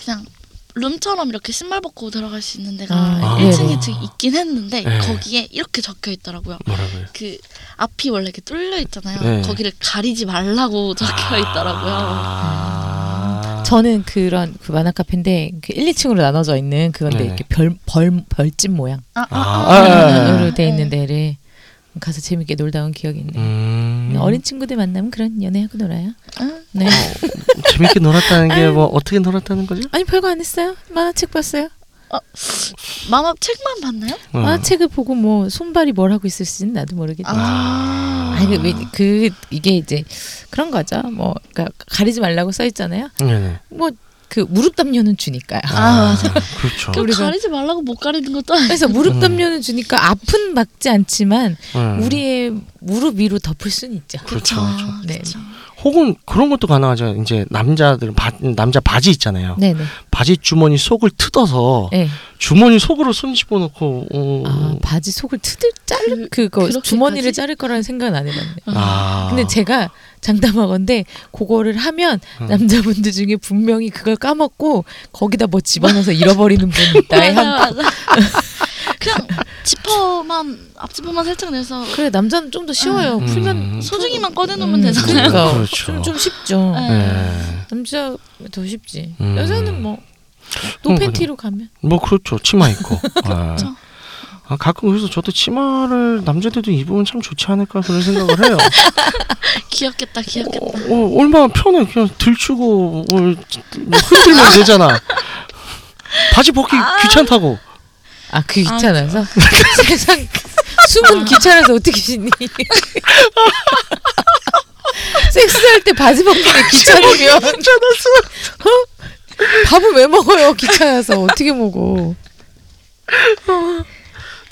[SPEAKER 2] 그냥 룸처럼 이렇게 신발 벗고 들어갈 수 있는 데가
[SPEAKER 5] 아,
[SPEAKER 2] 1층,
[SPEAKER 3] 예.
[SPEAKER 2] 2층 있긴 했는데
[SPEAKER 3] 예.
[SPEAKER 2] 거기에 이렇게 적혀 있더라고요.
[SPEAKER 3] 뭐라고요?
[SPEAKER 2] 그 앞이 원래 이렇게 뚫려 있잖아요.
[SPEAKER 3] 예.
[SPEAKER 2] 거기를 가리지 말라고 적혀 있더라고요. 음.
[SPEAKER 3] 아.
[SPEAKER 5] 저는 그런 그 만화 카페인데 그 1, 2층으로 나눠져 있는 그건데
[SPEAKER 3] 네.
[SPEAKER 5] 이렇게 별, 벌, 벌집 모양
[SPEAKER 2] 아,
[SPEAKER 3] 아, 아,
[SPEAKER 5] 으로 돼
[SPEAKER 2] 예.
[SPEAKER 5] 있는 데를 가서 재밌게 놀다 온 기억이 있네요.
[SPEAKER 3] 음.
[SPEAKER 5] 어린 친구들 만나면 그런 연애하고 놀아요.
[SPEAKER 2] 응?
[SPEAKER 5] 네.
[SPEAKER 3] 재밌게 놀았다는 게 뭐 어떻게 놀았다는 거죠?
[SPEAKER 5] 아니 별거 안 했어요. 만화책 봤어요.
[SPEAKER 2] 만화 책만 봤나요?
[SPEAKER 3] 어.
[SPEAKER 5] 만화책을 보고 뭐 손발이 뭘 하고 있을지는 나도 모르겠지. 아.
[SPEAKER 2] 아,
[SPEAKER 5] 아니 그, 그 이게 이제 그런 거죠. 뭐 그러니까 가리지 말라고 써 있잖아요.
[SPEAKER 3] 네네.
[SPEAKER 5] 뭐 그 무릎 담요는 주니까요.
[SPEAKER 2] 아, 맞아.
[SPEAKER 3] 그렇죠.
[SPEAKER 2] 그럼
[SPEAKER 5] 우리가-
[SPEAKER 2] 가리지 말라고 못 가리는 것도 아니고
[SPEAKER 5] 그래서 무릎
[SPEAKER 3] 음.
[SPEAKER 5] 담요는 주니까 앞은 막지 않지만
[SPEAKER 3] 음.
[SPEAKER 5] 우리의 무릎 위로 덮을 수는 있죠.
[SPEAKER 3] 그렇죠,
[SPEAKER 2] 아.
[SPEAKER 3] 그렇죠.
[SPEAKER 5] 네.
[SPEAKER 3] 혹은 그런 것도 가능하죠. 이제 남자들은 바, 남자 바지 있잖아요. 어.
[SPEAKER 5] 네네.
[SPEAKER 3] 바지 주머니 속을 뜯어서
[SPEAKER 5] 네.
[SPEAKER 3] 주머니 속으로 손 집어넣고 어.
[SPEAKER 5] 아 바지 속을 트들 자르 그거
[SPEAKER 2] 그렇게까지?
[SPEAKER 5] 주머니를 자를 거라는 생각은 안 해봤네.
[SPEAKER 3] 아.
[SPEAKER 5] 근데 제가 장담하건데 그거를 하면
[SPEAKER 3] 음.
[SPEAKER 5] 남자분들 중에 분명히 그걸 까먹고 거기다 뭐 집어넣어서 잃어버리는 분이 있다.
[SPEAKER 2] 맞아,
[SPEAKER 5] 한
[SPEAKER 2] 맞아. 그냥 지퍼만 앞지퍼만 살짝 내서
[SPEAKER 5] 그래 남자는 좀 더 쉬워요.
[SPEAKER 3] 음.
[SPEAKER 5] 풀면
[SPEAKER 2] 소중히만 꺼내놓으면
[SPEAKER 5] 음,
[SPEAKER 2] 되잖아요.
[SPEAKER 5] 그러니까
[SPEAKER 3] 그렇죠.
[SPEAKER 5] 좀, 좀 쉽죠.
[SPEAKER 2] 네.
[SPEAKER 3] 예.
[SPEAKER 5] 남자 더 쉽지.
[SPEAKER 3] 음.
[SPEAKER 5] 여자는 뭐
[SPEAKER 3] 음,
[SPEAKER 5] 노팬티로 가면
[SPEAKER 3] 뭐 그렇죠. 치마 입고. 예. 아, 가끔 그래서 저도 치마를 남자들도 입으면 참 좋지 않을까 그런 생각을 해요.
[SPEAKER 2] 귀엽겠다, 귀엽겠다.
[SPEAKER 3] 어, 어, 얼마나 편해. 그냥 들추고 뭘 흔들면 되잖아. 바지 벗기 귀찮다고.
[SPEAKER 5] 아그 귀찮아서 세상 숨은 귀찮아서 어떻게 쉬니? 섹스할 때 바지 벗는 게 귀찮으면
[SPEAKER 3] 귀찮았어.
[SPEAKER 5] 밥을 왜 먹어요? 귀찮아서 어떻게 먹어?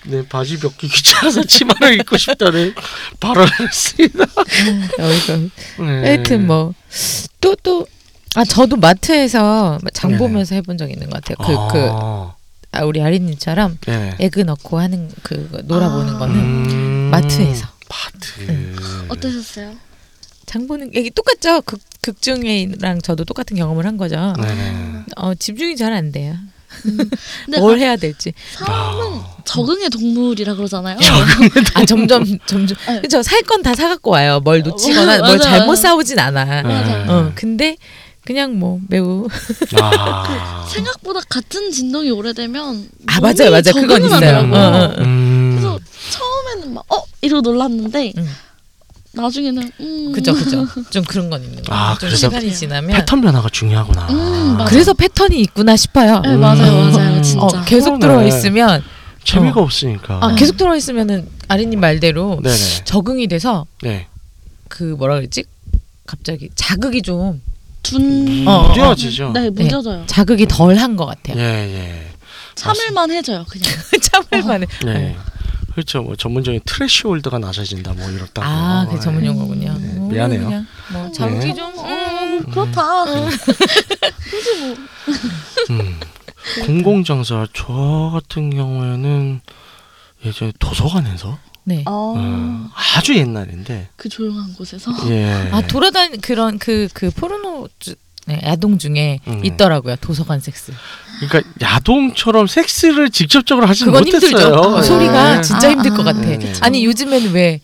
[SPEAKER 3] 내 네, 바지 벗기 귀찮아서 치마를 입고 싶다는 발언을 했습니다.
[SPEAKER 5] 어이가.
[SPEAKER 3] 네.
[SPEAKER 5] 하여튼 뭐 또 또 아 저도 마트에서 장
[SPEAKER 3] 네네.
[SPEAKER 5] 보면서 해본 적 있는 것 같아요. 그 그
[SPEAKER 3] 아,
[SPEAKER 5] 아, 우리 아린님처럼
[SPEAKER 3] 네.
[SPEAKER 5] 에그 넣고 하는 그 놀아보는
[SPEAKER 2] 아.
[SPEAKER 5] 거는
[SPEAKER 3] 음,
[SPEAKER 5] 마트에서.
[SPEAKER 3] 마트.
[SPEAKER 2] 어떠셨어요?
[SPEAKER 5] 장 보는 이게 똑같죠. 극 극중이랑 저도 똑같은 경험을 한 거죠.
[SPEAKER 3] 네네.
[SPEAKER 5] 어 집중이 잘 안 돼요.
[SPEAKER 2] 근데 아-
[SPEAKER 5] 뭘 해야 될지.
[SPEAKER 2] 사람은
[SPEAKER 3] 아.
[SPEAKER 2] 적응의 동물이라 그러잖아요.
[SPEAKER 5] 아 점점 점점
[SPEAKER 2] 네. 어,
[SPEAKER 5] 그죠. 살 건 다 사갖고 와요. 뭘 놓치거나
[SPEAKER 2] 맞아,
[SPEAKER 5] 뭘
[SPEAKER 2] 맞아.
[SPEAKER 5] 잘못 싸우진 않아.
[SPEAKER 3] 네.
[SPEAKER 2] 맞아.
[SPEAKER 5] 어 근데 그냥 뭐 매우
[SPEAKER 3] 아.
[SPEAKER 2] 생각보다 같은 진동이 오래되면
[SPEAKER 5] 아
[SPEAKER 2] 몸이
[SPEAKER 5] 맞아요 맞아
[SPEAKER 2] 적응을
[SPEAKER 5] 그건 있어요.
[SPEAKER 2] 하더라고요.
[SPEAKER 5] 어, 어, 어.
[SPEAKER 3] 뭐 음.
[SPEAKER 2] 그래서 처음에는 막 어? 이러고 놀랐는데
[SPEAKER 5] 음.
[SPEAKER 2] 나중에는 음
[SPEAKER 5] 그죠 그죠. 좀 그런 건 있는 거.
[SPEAKER 3] 아,
[SPEAKER 5] 좀
[SPEAKER 3] 그래서
[SPEAKER 5] 시간이 지나면
[SPEAKER 3] 패턴 변화가 중요하구나.
[SPEAKER 2] 음, 맞아.
[SPEAKER 5] 그래서 패턴이 있구나 싶어요.
[SPEAKER 2] 네, 맞아요 맞아요
[SPEAKER 3] 음.
[SPEAKER 2] 진짜
[SPEAKER 5] 어,
[SPEAKER 3] 그러네.
[SPEAKER 5] 계속 들어와 있으면
[SPEAKER 3] 재미가 없으니까.
[SPEAKER 5] 아, 계속 들어 있으면은 아린님 말대로
[SPEAKER 3] 네네.
[SPEAKER 5] 적응이 돼서
[SPEAKER 3] 네.
[SPEAKER 5] 그 뭐라 그랬지? 갑자기 자극이 좀
[SPEAKER 2] 둔.
[SPEAKER 5] 어, 어.
[SPEAKER 3] 무뎌지죠.
[SPEAKER 2] 네, 무뎌져요.
[SPEAKER 5] 자극이 덜 한 것 같아요.
[SPEAKER 3] 예 예.
[SPEAKER 2] 참을만 해져요, 그냥.
[SPEAKER 5] 참을 만해.
[SPEAKER 3] 네. 그렇죠. 뭐 전문적인 트래시홀드가 낮아진다 뭐 이렇다고.
[SPEAKER 5] 아, 그 전문
[SPEAKER 3] 예.
[SPEAKER 5] 용어군요.
[SPEAKER 3] 네,
[SPEAKER 5] 뭐
[SPEAKER 3] 미안해요.
[SPEAKER 5] 그냥 뭐 자극이
[SPEAKER 3] 네.
[SPEAKER 5] 좀
[SPEAKER 2] 어, 그렇다. 굳이 뭐.
[SPEAKER 3] 음. 공공장사 저 같은 경우에는 예전에 도서관에서
[SPEAKER 5] 네.
[SPEAKER 2] 어,
[SPEAKER 3] 음, 아주 옛날인데
[SPEAKER 2] 그 조용한 곳에서.
[SPEAKER 3] 예.
[SPEAKER 5] 아 돌아다니 그런 그 그 포르노 주, 네, 야동 중에
[SPEAKER 3] 음.
[SPEAKER 5] 있더라고요 도서관 섹스.
[SPEAKER 3] 그러니까 야동처럼 섹스를 직접적으로 하지
[SPEAKER 5] 그건
[SPEAKER 3] 못했어요.
[SPEAKER 5] 힘들죠.
[SPEAKER 3] 예.
[SPEAKER 5] 소리가 진짜
[SPEAKER 2] 아,
[SPEAKER 5] 힘들 것
[SPEAKER 2] 아,
[SPEAKER 5] 같아.
[SPEAKER 3] 네, 네.
[SPEAKER 5] 아니 요즘에는 왜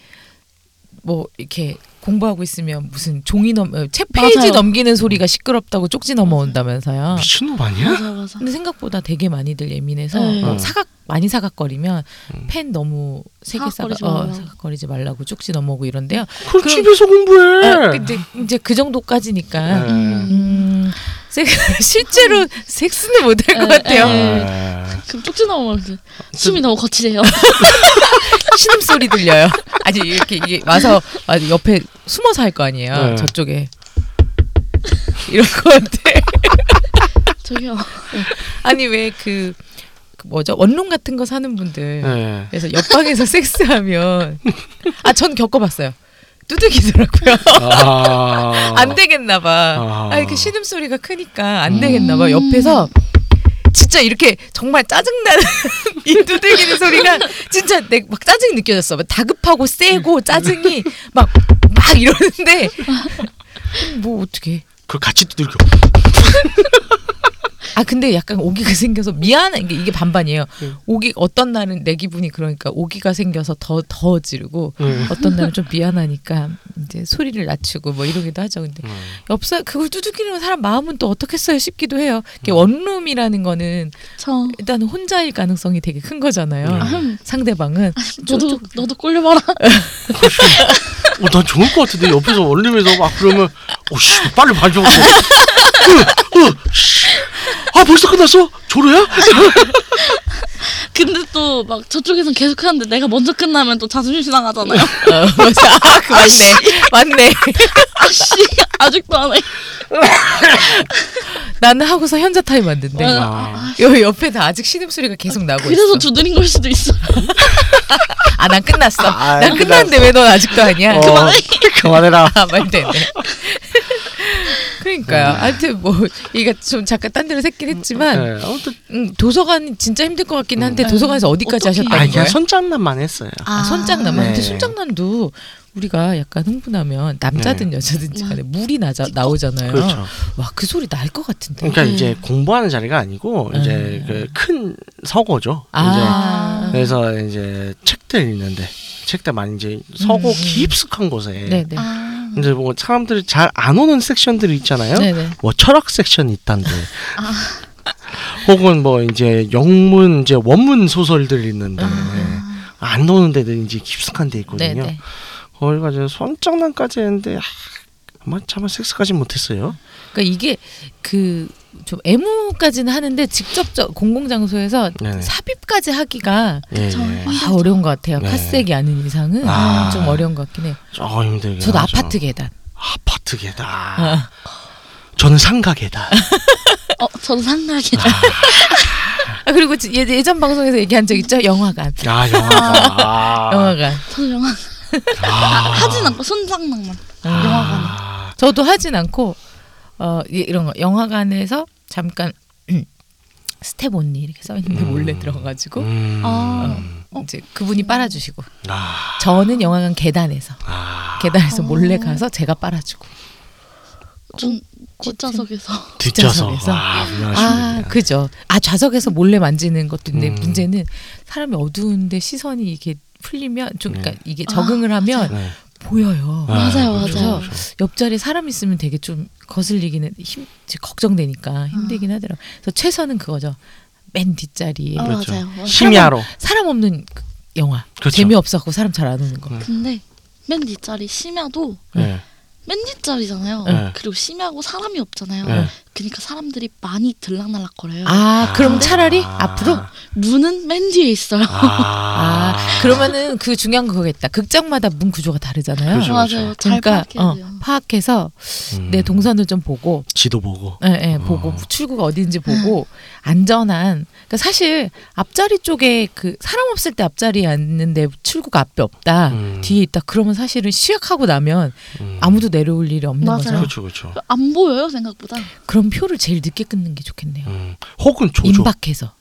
[SPEAKER 5] 뭐 이렇게 공부하고 있으면 무슨 종이 넘책
[SPEAKER 2] 맞아요.
[SPEAKER 5] 페이지 넘기는 소리가 시끄럽다고 쪽지 넘어온다면서요.
[SPEAKER 3] 미친놈 아니야?
[SPEAKER 2] 맞아, 맞아.
[SPEAKER 5] 근데 생각보다 되게 많이들 예민해서
[SPEAKER 2] 네.
[SPEAKER 5] 막
[SPEAKER 3] 음.
[SPEAKER 5] 사각 많이 사각거리면
[SPEAKER 3] 음.
[SPEAKER 5] 펜 너무 세게 사각,
[SPEAKER 2] 사각거리지
[SPEAKER 5] 어,
[SPEAKER 2] 말라고.
[SPEAKER 5] 사각거리지 말라고 쪽지 넘어오고 이런데요.
[SPEAKER 3] 그걸
[SPEAKER 5] 그럼-
[SPEAKER 3] 집에서 공부해.
[SPEAKER 5] 아, 근데 이제 그 정도까지니까
[SPEAKER 3] 예.
[SPEAKER 5] 음, 섹 실제로 섹스는 못할 것
[SPEAKER 2] 네,
[SPEAKER 5] 같아요. 네.
[SPEAKER 3] 예.
[SPEAKER 2] 그럼 쪽지 넘어오면서
[SPEAKER 3] 그
[SPEAKER 2] 숨이 너무 거칠해요.
[SPEAKER 5] 신음 소리 들려요. 아니 이렇게 이게 와서 와- 옆에 숨어서 할 거 아니에요.
[SPEAKER 3] 네.
[SPEAKER 5] 저쪽에 이런 거 같아.
[SPEAKER 2] 저기요.
[SPEAKER 5] 아니 왜 그 뭐죠 원룸 같은 거 사는 분들
[SPEAKER 3] 예.
[SPEAKER 5] 그래서 옆방에서 섹스하면 아 전 겪어봤어요. 두들기더라고요.
[SPEAKER 3] 아.
[SPEAKER 5] 안 되겠나 봐.
[SPEAKER 3] 아. 음.
[SPEAKER 5] 아, 이렇게 신음 소리가 크니까 안 되겠나 봐. 옆에서 진짜 이렇게 정말 짜증나는 이 두들기는 소리가 진짜 내 막 짜증이 느껴졌어. 막 다급하고 세고 짜증이 막 막 이러는데 뭐 어떻게?
[SPEAKER 3] 그걸 같이 두들겨.
[SPEAKER 5] 아 근데 약간 오기가 생겨서 미안해 이게, 이게 반반이에요.
[SPEAKER 3] 음.
[SPEAKER 5] 오기 어떤 날은 내 기분이 그러니까 오기가 생겨서 더 더 지르고
[SPEAKER 3] 음.
[SPEAKER 5] 어떤 날은 좀 미안하니까 이제 소리를 낮추고 뭐 이러기도 하죠. 근데
[SPEAKER 3] 음.
[SPEAKER 5] 옆사 그걸 두들기는 사람 마음은 또 어떻겠어요 싶기도 해요. 이게
[SPEAKER 3] 음.
[SPEAKER 5] 원룸이라는 거는
[SPEAKER 2] 저.
[SPEAKER 5] 일단 혼자일 가능성이 되게 큰 거잖아요.
[SPEAKER 3] 음.
[SPEAKER 5] 상대방은
[SPEAKER 2] 너도 너도 꼴려봐라.
[SPEAKER 3] 어, 난 좋을 것 같은데 옆에서 원룸에서 막 그러면 오씨 빨리 봐줘. 어, 어, 씨. 아 벌써 끝났어? 조르야?
[SPEAKER 2] 근데 또 막 저쪽에선 계속 하는데 내가 먼저 끝나면 또 자존심 상하잖아요.
[SPEAKER 5] 어, 아, 그 맞네, 맞네.
[SPEAKER 2] 아씨 아직도 안 해.
[SPEAKER 5] 나는 하고서 현자 타임 왔는데
[SPEAKER 3] 아,
[SPEAKER 5] 여기 옆에 다 아직 신음 소리가 계속 나고
[SPEAKER 2] 어. 그래서
[SPEAKER 5] 있어.
[SPEAKER 2] 두드린 걸 수도 있어.
[SPEAKER 5] 아, 난 끝났어.
[SPEAKER 3] 아,
[SPEAKER 5] 난 끝났는데 왜 넌 아직도 하냐?
[SPEAKER 3] 어, 그만해라.
[SPEAKER 5] 아, 말되네. 그러니까요.
[SPEAKER 3] 음.
[SPEAKER 5] 하여튼 뭐 이게 좀 잠깐 딴 데로 샜긴 했지만
[SPEAKER 3] 네, 아무튼
[SPEAKER 5] 음, 도서관 진짜 힘들 것 같긴 한데
[SPEAKER 2] 음.
[SPEAKER 5] 도서관에서 어디까지
[SPEAKER 2] 어떻게-
[SPEAKER 5] 하셨다는
[SPEAKER 3] 아
[SPEAKER 5] 거예요?
[SPEAKER 3] 그냥 손장난만 했어요.
[SPEAKER 5] 아, 손장난.
[SPEAKER 3] 네.
[SPEAKER 5] 근데 손장난도 우리가 약간 흥분하면 남자든 여자든지 간에 물이 나자, 나오잖아요.
[SPEAKER 3] 네. 그렇죠.
[SPEAKER 5] 와, 그 소리 날 것 같은데.
[SPEAKER 3] 그러니까 이제 공부하는 자리가 아니고 이제 그 큰 서고죠. 이제
[SPEAKER 5] 음. 아.
[SPEAKER 3] 그래서 이제 책들 있는데 책들 많이 이제 서고
[SPEAKER 5] 음.
[SPEAKER 3] 깊숙한 곳에
[SPEAKER 5] 네, 네.
[SPEAKER 2] 아,
[SPEAKER 3] 이제 뭐 사람들이 잘 안 오는 섹션들이 있잖아요.
[SPEAKER 5] 네, 아. 네.
[SPEAKER 3] 뭐 철학 섹션이 있단데. 혹은 뭐 이제 영문 이제 원문 소설들 있는데 안 나오는 데들 이제 깊숙한 데
[SPEAKER 5] 아. 네,
[SPEAKER 3] 있거든요.
[SPEAKER 5] 네.
[SPEAKER 3] 거기 가서 손장난까지 했는데 아, 아마 차마 섹스까지 못했어요.
[SPEAKER 5] 그러니까 이게 그 좀 애무까지는 하는데 직접적 공공 장소에서
[SPEAKER 3] 네네.
[SPEAKER 5] 삽입까지 하기가
[SPEAKER 3] 예.
[SPEAKER 2] 저-
[SPEAKER 3] 예.
[SPEAKER 5] 아, 어려운 것 같아요.
[SPEAKER 3] 네.
[SPEAKER 5] 카색이 아닌 이상은
[SPEAKER 3] 아. 그렇죠.
[SPEAKER 5] 좀 어려운 것 같긴 해요.
[SPEAKER 3] 저 아, 힘들게.
[SPEAKER 5] 저도
[SPEAKER 3] 하죠.
[SPEAKER 5] 아파트 어. 계단.
[SPEAKER 3] 아파트 계단. 저는 상가 계단.
[SPEAKER 2] 어 저도 상나게.
[SPEAKER 5] 아 그리고 지- 예- 예전 방송에서 얘기한 적 있죠? 영화관.
[SPEAKER 3] 아 영화관. 아.
[SPEAKER 5] 영화관.
[SPEAKER 2] 저도 영화
[SPEAKER 3] 아.
[SPEAKER 2] 하진 않고 손상낭만. 영화관.
[SPEAKER 3] 아.
[SPEAKER 5] 저도 하진 않고 어 이- 이런 거 영화관에서 잠깐 스텝 언니 이렇게 써 있는데
[SPEAKER 3] 음.
[SPEAKER 5] 몰래 들어가가지고
[SPEAKER 3] 음.
[SPEAKER 2] 아.
[SPEAKER 5] 이제 그분이 빨아주시고
[SPEAKER 3] 아.
[SPEAKER 5] 저는 영화관 계단에서
[SPEAKER 3] 아.
[SPEAKER 5] 계단에서
[SPEAKER 2] 어.
[SPEAKER 5] 몰래 가서 제가 빨아주고
[SPEAKER 2] 좀 뒷좌석에서.
[SPEAKER 3] 뒷좌석.
[SPEAKER 5] 뒷좌석에서.
[SPEAKER 3] 아,
[SPEAKER 5] 아
[SPEAKER 3] 훌륭하십니다.
[SPEAKER 5] 그죠 아 좌석에서 몰래 만지는 것도 있는데
[SPEAKER 3] 음.
[SPEAKER 5] 문제는 사람이 어두운데 시선이 이게 풀리면 좀
[SPEAKER 3] 네.
[SPEAKER 5] 그러니까 이게 적응을 하면
[SPEAKER 3] 네.
[SPEAKER 5] 보여요
[SPEAKER 2] 맞아요,
[SPEAKER 3] 그렇죠,
[SPEAKER 5] 어, 맞아요.
[SPEAKER 3] 그렇죠.
[SPEAKER 5] 옆자리에 사람 있으면 되게 좀 거슬리기는 힘 이제 걱정되니까 힘들긴 하더라고. 그래서 최선은 그거죠. 맨 뒷자리에
[SPEAKER 2] 아
[SPEAKER 3] 그렇죠.
[SPEAKER 2] 맞아요. 맞아요.
[SPEAKER 3] 심야로.
[SPEAKER 5] 사람 없는 그 영화.
[SPEAKER 3] 그렇죠.
[SPEAKER 5] 재미없어갖고 사람 잘 안 오는 거.
[SPEAKER 2] 근데 맨 뒷자리 심야도
[SPEAKER 3] 네.
[SPEAKER 2] 맨 뒷자리잖아요.
[SPEAKER 3] 네.
[SPEAKER 2] 그리고 심야고 사람이 없잖아요.
[SPEAKER 3] 네.
[SPEAKER 2] 그러니까 사람들이 많이 들락날락 거려요.
[SPEAKER 5] 어, 아 그럼 차라리
[SPEAKER 3] 아.
[SPEAKER 5] 앞으로
[SPEAKER 2] 문은 맨 뒤에 있어요.
[SPEAKER 3] 아,
[SPEAKER 5] 아 그러면은 그 중요한 거 그거겠다. 극장마다 문 구조가 다르잖아요.
[SPEAKER 3] 그죠.
[SPEAKER 2] 맞아요. 잘
[SPEAKER 5] 그러니까
[SPEAKER 2] 파악해야 돼요.
[SPEAKER 6] 어.
[SPEAKER 5] 파악해서
[SPEAKER 3] 그렇죠. 음.
[SPEAKER 6] 내
[SPEAKER 5] 내 동선을 좀 보고,
[SPEAKER 3] 지도 보고
[SPEAKER 5] 예, 예,
[SPEAKER 3] 어.
[SPEAKER 5] 보고 출구가 어디인지 보고 안전한. 그러니까 사실 앞자리 쪽에 그 사람 없을 때 앞자리에 앉는데 출구가 앞에 없다,
[SPEAKER 3] 음.
[SPEAKER 5] 아, 뒤에 있다. 그러면 사실은 시약하고 나면
[SPEAKER 3] 음.
[SPEAKER 5] 아무도 내려올 일이 없는
[SPEAKER 2] 맞아요.
[SPEAKER 5] 거죠.
[SPEAKER 3] 그렇죠 그렇죠.
[SPEAKER 2] 안 보여요 생각보다.
[SPEAKER 5] 그럼 표를 제일 늦게 끊는 게 좋겠네요.
[SPEAKER 3] 음. 혹은 조조
[SPEAKER 5] 임박해서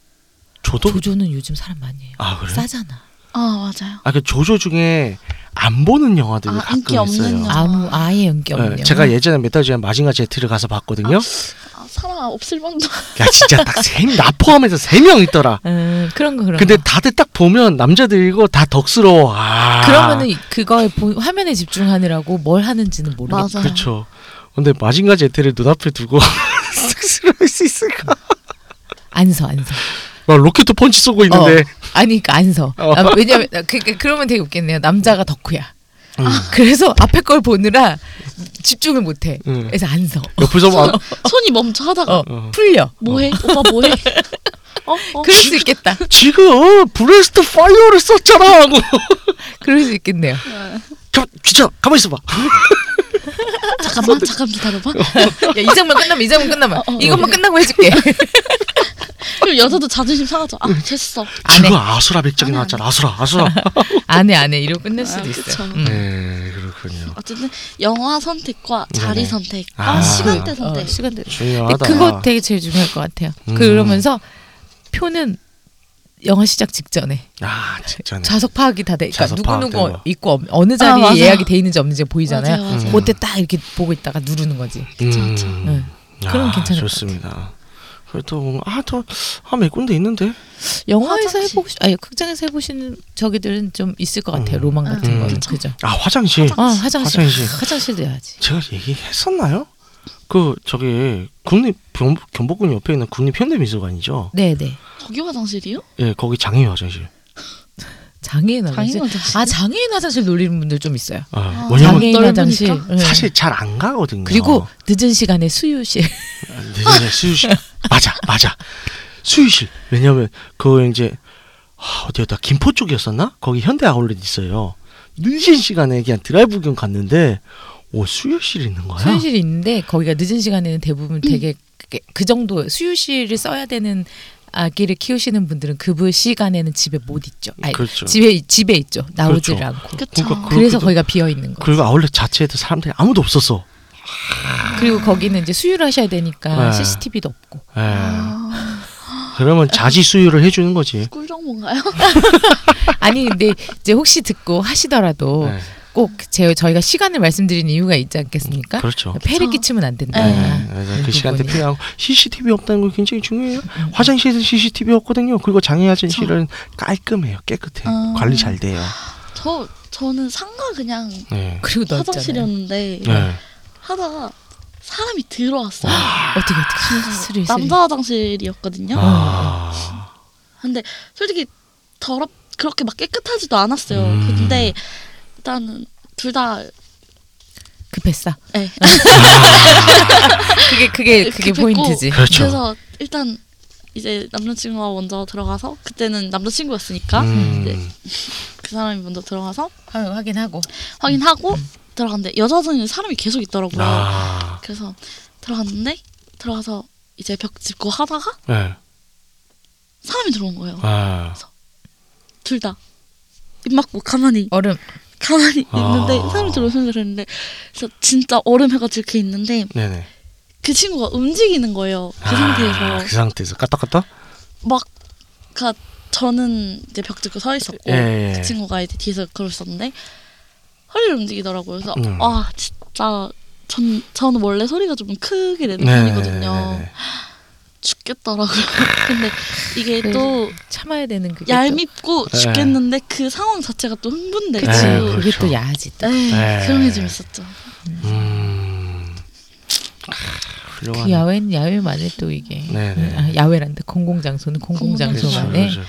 [SPEAKER 3] 조도
[SPEAKER 5] 조조는 요즘 사람 많이 해요.
[SPEAKER 3] 아 그래?
[SPEAKER 5] 싸잖아.
[SPEAKER 2] 아 맞아요.
[SPEAKER 3] 아그 조조 중에 안 보는 영화들이
[SPEAKER 2] 아,
[SPEAKER 3] 가끔
[SPEAKER 2] 인기 없는
[SPEAKER 3] 있어요.
[SPEAKER 2] 영화.
[SPEAKER 5] 아무 아예 연기 없네요.
[SPEAKER 3] 예, 제가 예전에 몇 달 전에 마징가 제트를 가서 봤거든요.
[SPEAKER 2] 아, 사람 없을 만도.
[SPEAKER 3] 야 진짜 딱세나 포함해서 세 명 있더라.
[SPEAKER 5] 음, 그런 거 그런
[SPEAKER 3] 근데
[SPEAKER 5] 거.
[SPEAKER 3] 다들 딱 보면 남자들이고 다 덕스러워. 아.
[SPEAKER 5] 그러면은 그거에 보, 화면에 집중하느라고 뭘 하는지는 모르겠다.
[SPEAKER 2] 맞아요.
[SPEAKER 3] 그렇죠. 근데 마징가 제트를 눈앞에 두고 쑥스러울 수 있을까?
[SPEAKER 5] 안서 안서. 어,
[SPEAKER 3] 막 로켓 펀치 쏘고 있는데
[SPEAKER 5] 아니 그러니까 안서.
[SPEAKER 3] 어.
[SPEAKER 5] 아, 왜냐면 그, 그 그러면 되게 웃겠네요. 남자가 덕후야.
[SPEAKER 3] 음.
[SPEAKER 2] 아.
[SPEAKER 5] 그래서 앞에 걸 보느라 집중을 못해.
[SPEAKER 3] 음.
[SPEAKER 5] 그래서 안서.
[SPEAKER 3] 옆에서 막
[SPEAKER 2] 손이 멈춰 하다가
[SPEAKER 5] 어, 풀려.
[SPEAKER 2] 뭐해? 오빠 뭐해? 어? 어?
[SPEAKER 5] 그럴 수 있겠다.
[SPEAKER 3] 지금 브레스트 파이어를 썼잖아 하고
[SPEAKER 5] 그럴 수 있겠네요.
[SPEAKER 3] 가, 진짜 가만 있어봐.
[SPEAKER 2] 아, 잠깐만 잠깐 기다려봐.
[SPEAKER 5] 야, 이 장면 끝나면 이 장면 끝나면
[SPEAKER 2] 어, 어.
[SPEAKER 5] 이것만 끝나고 해줄게.
[SPEAKER 2] 그럼 여자도 자존심 상하죠. 아 됐어.
[SPEAKER 5] 안 해.
[SPEAKER 3] 지금 아수라 백작이 나왔잖아. 아수라 아수라.
[SPEAKER 5] 안해 안해 이러고 끝낼 수도
[SPEAKER 2] 아,
[SPEAKER 5] 있어.
[SPEAKER 2] 그쵸.
[SPEAKER 5] 요 음.
[SPEAKER 3] 네 그렇군요.
[SPEAKER 2] 어쨌든 영화 선택과 자리
[SPEAKER 3] 네네.
[SPEAKER 2] 선택과
[SPEAKER 3] 아.
[SPEAKER 2] 시간대
[SPEAKER 5] 어,
[SPEAKER 2] 선택.
[SPEAKER 5] 시간대. 근데
[SPEAKER 3] 중요하다.
[SPEAKER 5] 그거 되게 제일 중요할 것 같아요.
[SPEAKER 3] 아, 음.
[SPEAKER 5] 그러면서 표는 영화 시작 직전에
[SPEAKER 3] 아 진짜네.
[SPEAKER 5] 좌석 파악이 다 돼. 그러니까
[SPEAKER 3] 좌석 파악
[SPEAKER 5] 누구 누구
[SPEAKER 3] 되고.
[SPEAKER 5] 있고 없- 어느 자리에
[SPEAKER 2] 맞아요.
[SPEAKER 5] 예약이 돼 있는지 없는지 보이잖아요.
[SPEAKER 2] 맞아요, 맞아요.
[SPEAKER 3] 음.
[SPEAKER 5] 그때 딱 이렇게 보고 있다가 누르는 거지.
[SPEAKER 2] 괜찮죠.
[SPEAKER 5] 응. 그럼 괜찮을 것
[SPEAKER 3] 좋습니다. 그래도 뭐, 아, 아더아몇 군데 있는데.
[SPEAKER 5] 영화에서
[SPEAKER 2] 화장실.
[SPEAKER 5] 해보시, 아니 극장에서 해보시는 저기들은 좀 있을 것 같아요.
[SPEAKER 3] 음.
[SPEAKER 5] 로망 같은
[SPEAKER 3] 음.
[SPEAKER 5] 거는
[SPEAKER 3] 그쵸.
[SPEAKER 5] 그죠.
[SPEAKER 3] 아 화장실.
[SPEAKER 5] 아 화장실,
[SPEAKER 3] 화장실.
[SPEAKER 5] 화장실. 도 해야지.
[SPEAKER 3] 제가 얘기했었나요? 그 저기 국립 경- 경복궁 옆에 있는 국립 현대미술관이죠.
[SPEAKER 5] 네네.
[SPEAKER 2] 거기 화장실이요?
[SPEAKER 3] 예, 거기 장애인 화장실.
[SPEAKER 5] 장애인 화장실.
[SPEAKER 2] 장인 화장실.
[SPEAKER 5] 아 장애인 화장실 노리는 분들 좀 있어요.
[SPEAKER 3] 아,
[SPEAKER 2] 아,
[SPEAKER 3] 왜냐면
[SPEAKER 5] 장애인
[SPEAKER 2] 넓으니까.
[SPEAKER 5] 화장실. 네.
[SPEAKER 3] 사실 어. 잘 안 가거든요.
[SPEAKER 5] 그리고 늦은 시간에 수유실.
[SPEAKER 3] 늦은 수유실 맞아 맞아 수유실 왜냐면 그 이제 아, 어디였다 김포 쪽이었었나 거기 현대 아울렛 있어요. 늦은 시간에 그냥 드라이브 겸 갔는데 오 수유실 있는 거야.
[SPEAKER 5] 수유실이 있는데 거기가 늦은 시간에는
[SPEAKER 2] 음.
[SPEAKER 5] 대부분 되게 그게- 그 정도 수유실을 써야 되는 아기를 키우시는 분들은 그 시간에는 집에 못 있죠. 아니,
[SPEAKER 3] 그렇죠.
[SPEAKER 5] 집에 집에 있죠. 나오질
[SPEAKER 3] 그렇죠.
[SPEAKER 5] 않고.
[SPEAKER 2] 그쵸.
[SPEAKER 3] 그러니까
[SPEAKER 5] 그래서
[SPEAKER 3] 그렇게도-
[SPEAKER 5] 거기가 비어 있는 거.
[SPEAKER 3] 그리고 아울렛 자체에도 사람들이 아무도 없었어.
[SPEAKER 5] 그리고 거기는 이제 수유를 하셔야 되니까
[SPEAKER 3] 네.
[SPEAKER 5] CCTV도 없고.
[SPEAKER 3] 예.
[SPEAKER 2] 아,
[SPEAKER 3] 그러면 자지 수유를 해주는 거지.
[SPEAKER 2] 꿀정 뭔가요?
[SPEAKER 5] 아니 근데 이제 혹시 듣고 하시더라도
[SPEAKER 3] 예.
[SPEAKER 5] 꼭 제 저희가 시간을 말씀드린 이유가 있지 않겠습니까?
[SPEAKER 3] 그렇죠.
[SPEAKER 5] 폐를
[SPEAKER 2] 그쵸.
[SPEAKER 5] 끼치면 안 된다.
[SPEAKER 2] 네.
[SPEAKER 3] 예,
[SPEAKER 5] 아,
[SPEAKER 3] 그래서
[SPEAKER 5] 그
[SPEAKER 3] 그 시간대
[SPEAKER 5] 부분이.
[SPEAKER 3] 필요하고 CCTV 없다는 거 굉장히 중요해요. 화장실에서 CCTV 없거든요. 그리고 장애 화장실은 깔끔해요, 깨끗해,
[SPEAKER 2] 아.
[SPEAKER 3] 관리 잘 돼요.
[SPEAKER 2] 저 저는 상가 그냥
[SPEAKER 3] 예.
[SPEAKER 5] 그리고 넓잖아요.
[SPEAKER 2] 화장실이었는데
[SPEAKER 3] 예.
[SPEAKER 2] 하다가 사람이 들어왔어요.
[SPEAKER 5] 어떻게 아, 어떻게 수리 수리.
[SPEAKER 2] 아, 남자 화장실이었거든요.
[SPEAKER 3] 아.
[SPEAKER 2] 근데 솔직히 더럽 그렇게 막 깨끗하지도 않았어요.
[SPEAKER 3] 음.
[SPEAKER 2] 근데 일단은 둘 다
[SPEAKER 5] 급했어.
[SPEAKER 2] 예.
[SPEAKER 5] 그게 그게 네. 그게
[SPEAKER 2] 급했고,
[SPEAKER 5] 포인트지.
[SPEAKER 3] 그렇죠.
[SPEAKER 2] 그래서 일단 이제 남자친구가 먼저 들어가서 그때는 남자친구였으니까 이제
[SPEAKER 3] 음.
[SPEAKER 2] 그 사람이 먼저 들어가서
[SPEAKER 5] 하- 확인하고
[SPEAKER 2] 확인하고 들어갔는데 여자분이 사람이 계속 있더라고요.
[SPEAKER 3] 음. 아.
[SPEAKER 2] 그래서 들어갔는데 들어가서 이제 벽 짚고 하다가
[SPEAKER 3] 예.
[SPEAKER 2] 사람이 들어온 거예요.
[SPEAKER 3] 아.
[SPEAKER 2] 둘 다. 입 막고 가만히
[SPEAKER 5] 얼음
[SPEAKER 2] 가만히 있는데
[SPEAKER 3] 아.
[SPEAKER 2] 사람이 들어오시면 그랬는데 그래서 진짜 얼음 해가 이렇게 있는데
[SPEAKER 3] 네네.
[SPEAKER 2] 그 친구가 움직이는 거예요. 그
[SPEAKER 3] 아, 그
[SPEAKER 2] 상태에서
[SPEAKER 3] 상태에서 까딱까딱.
[SPEAKER 2] 막 그러니까 저는 이제 벽 짚고 서 있었고
[SPEAKER 3] 예, 예.
[SPEAKER 2] 그 친구가 이제 뒤에서 그러고 있었는데 허리를 움직이더라고요. 그래서
[SPEAKER 3] 음.
[SPEAKER 2] 아 진짜 전 저는 원래 소리가 좀 크게 내는 편이거든요.
[SPEAKER 3] 네, 네네네네.
[SPEAKER 2] 죽겠더라고요. 근데 이게 또
[SPEAKER 5] 참아야 되는 그게
[SPEAKER 2] 얄밉고
[SPEAKER 3] 네.
[SPEAKER 2] 죽겠는데 그 상황 자체가 또 흥분되고
[SPEAKER 5] 또, 그치
[SPEAKER 3] 네,
[SPEAKER 5] 그게
[SPEAKER 3] 그렇죠.
[SPEAKER 5] 또 야하지 또.
[SPEAKER 2] 에이,
[SPEAKER 3] 네.
[SPEAKER 2] 그런 게 좀 있었죠.
[SPEAKER 3] 음.
[SPEAKER 5] 그
[SPEAKER 3] 훌륭한.
[SPEAKER 5] 야외는 야외만의 또 이게
[SPEAKER 3] 네. 네네.
[SPEAKER 5] 아, 야외란데 공공장소는 공공장소만의
[SPEAKER 3] 그렇죠,
[SPEAKER 2] 장소만에.
[SPEAKER 3] 그렇죠.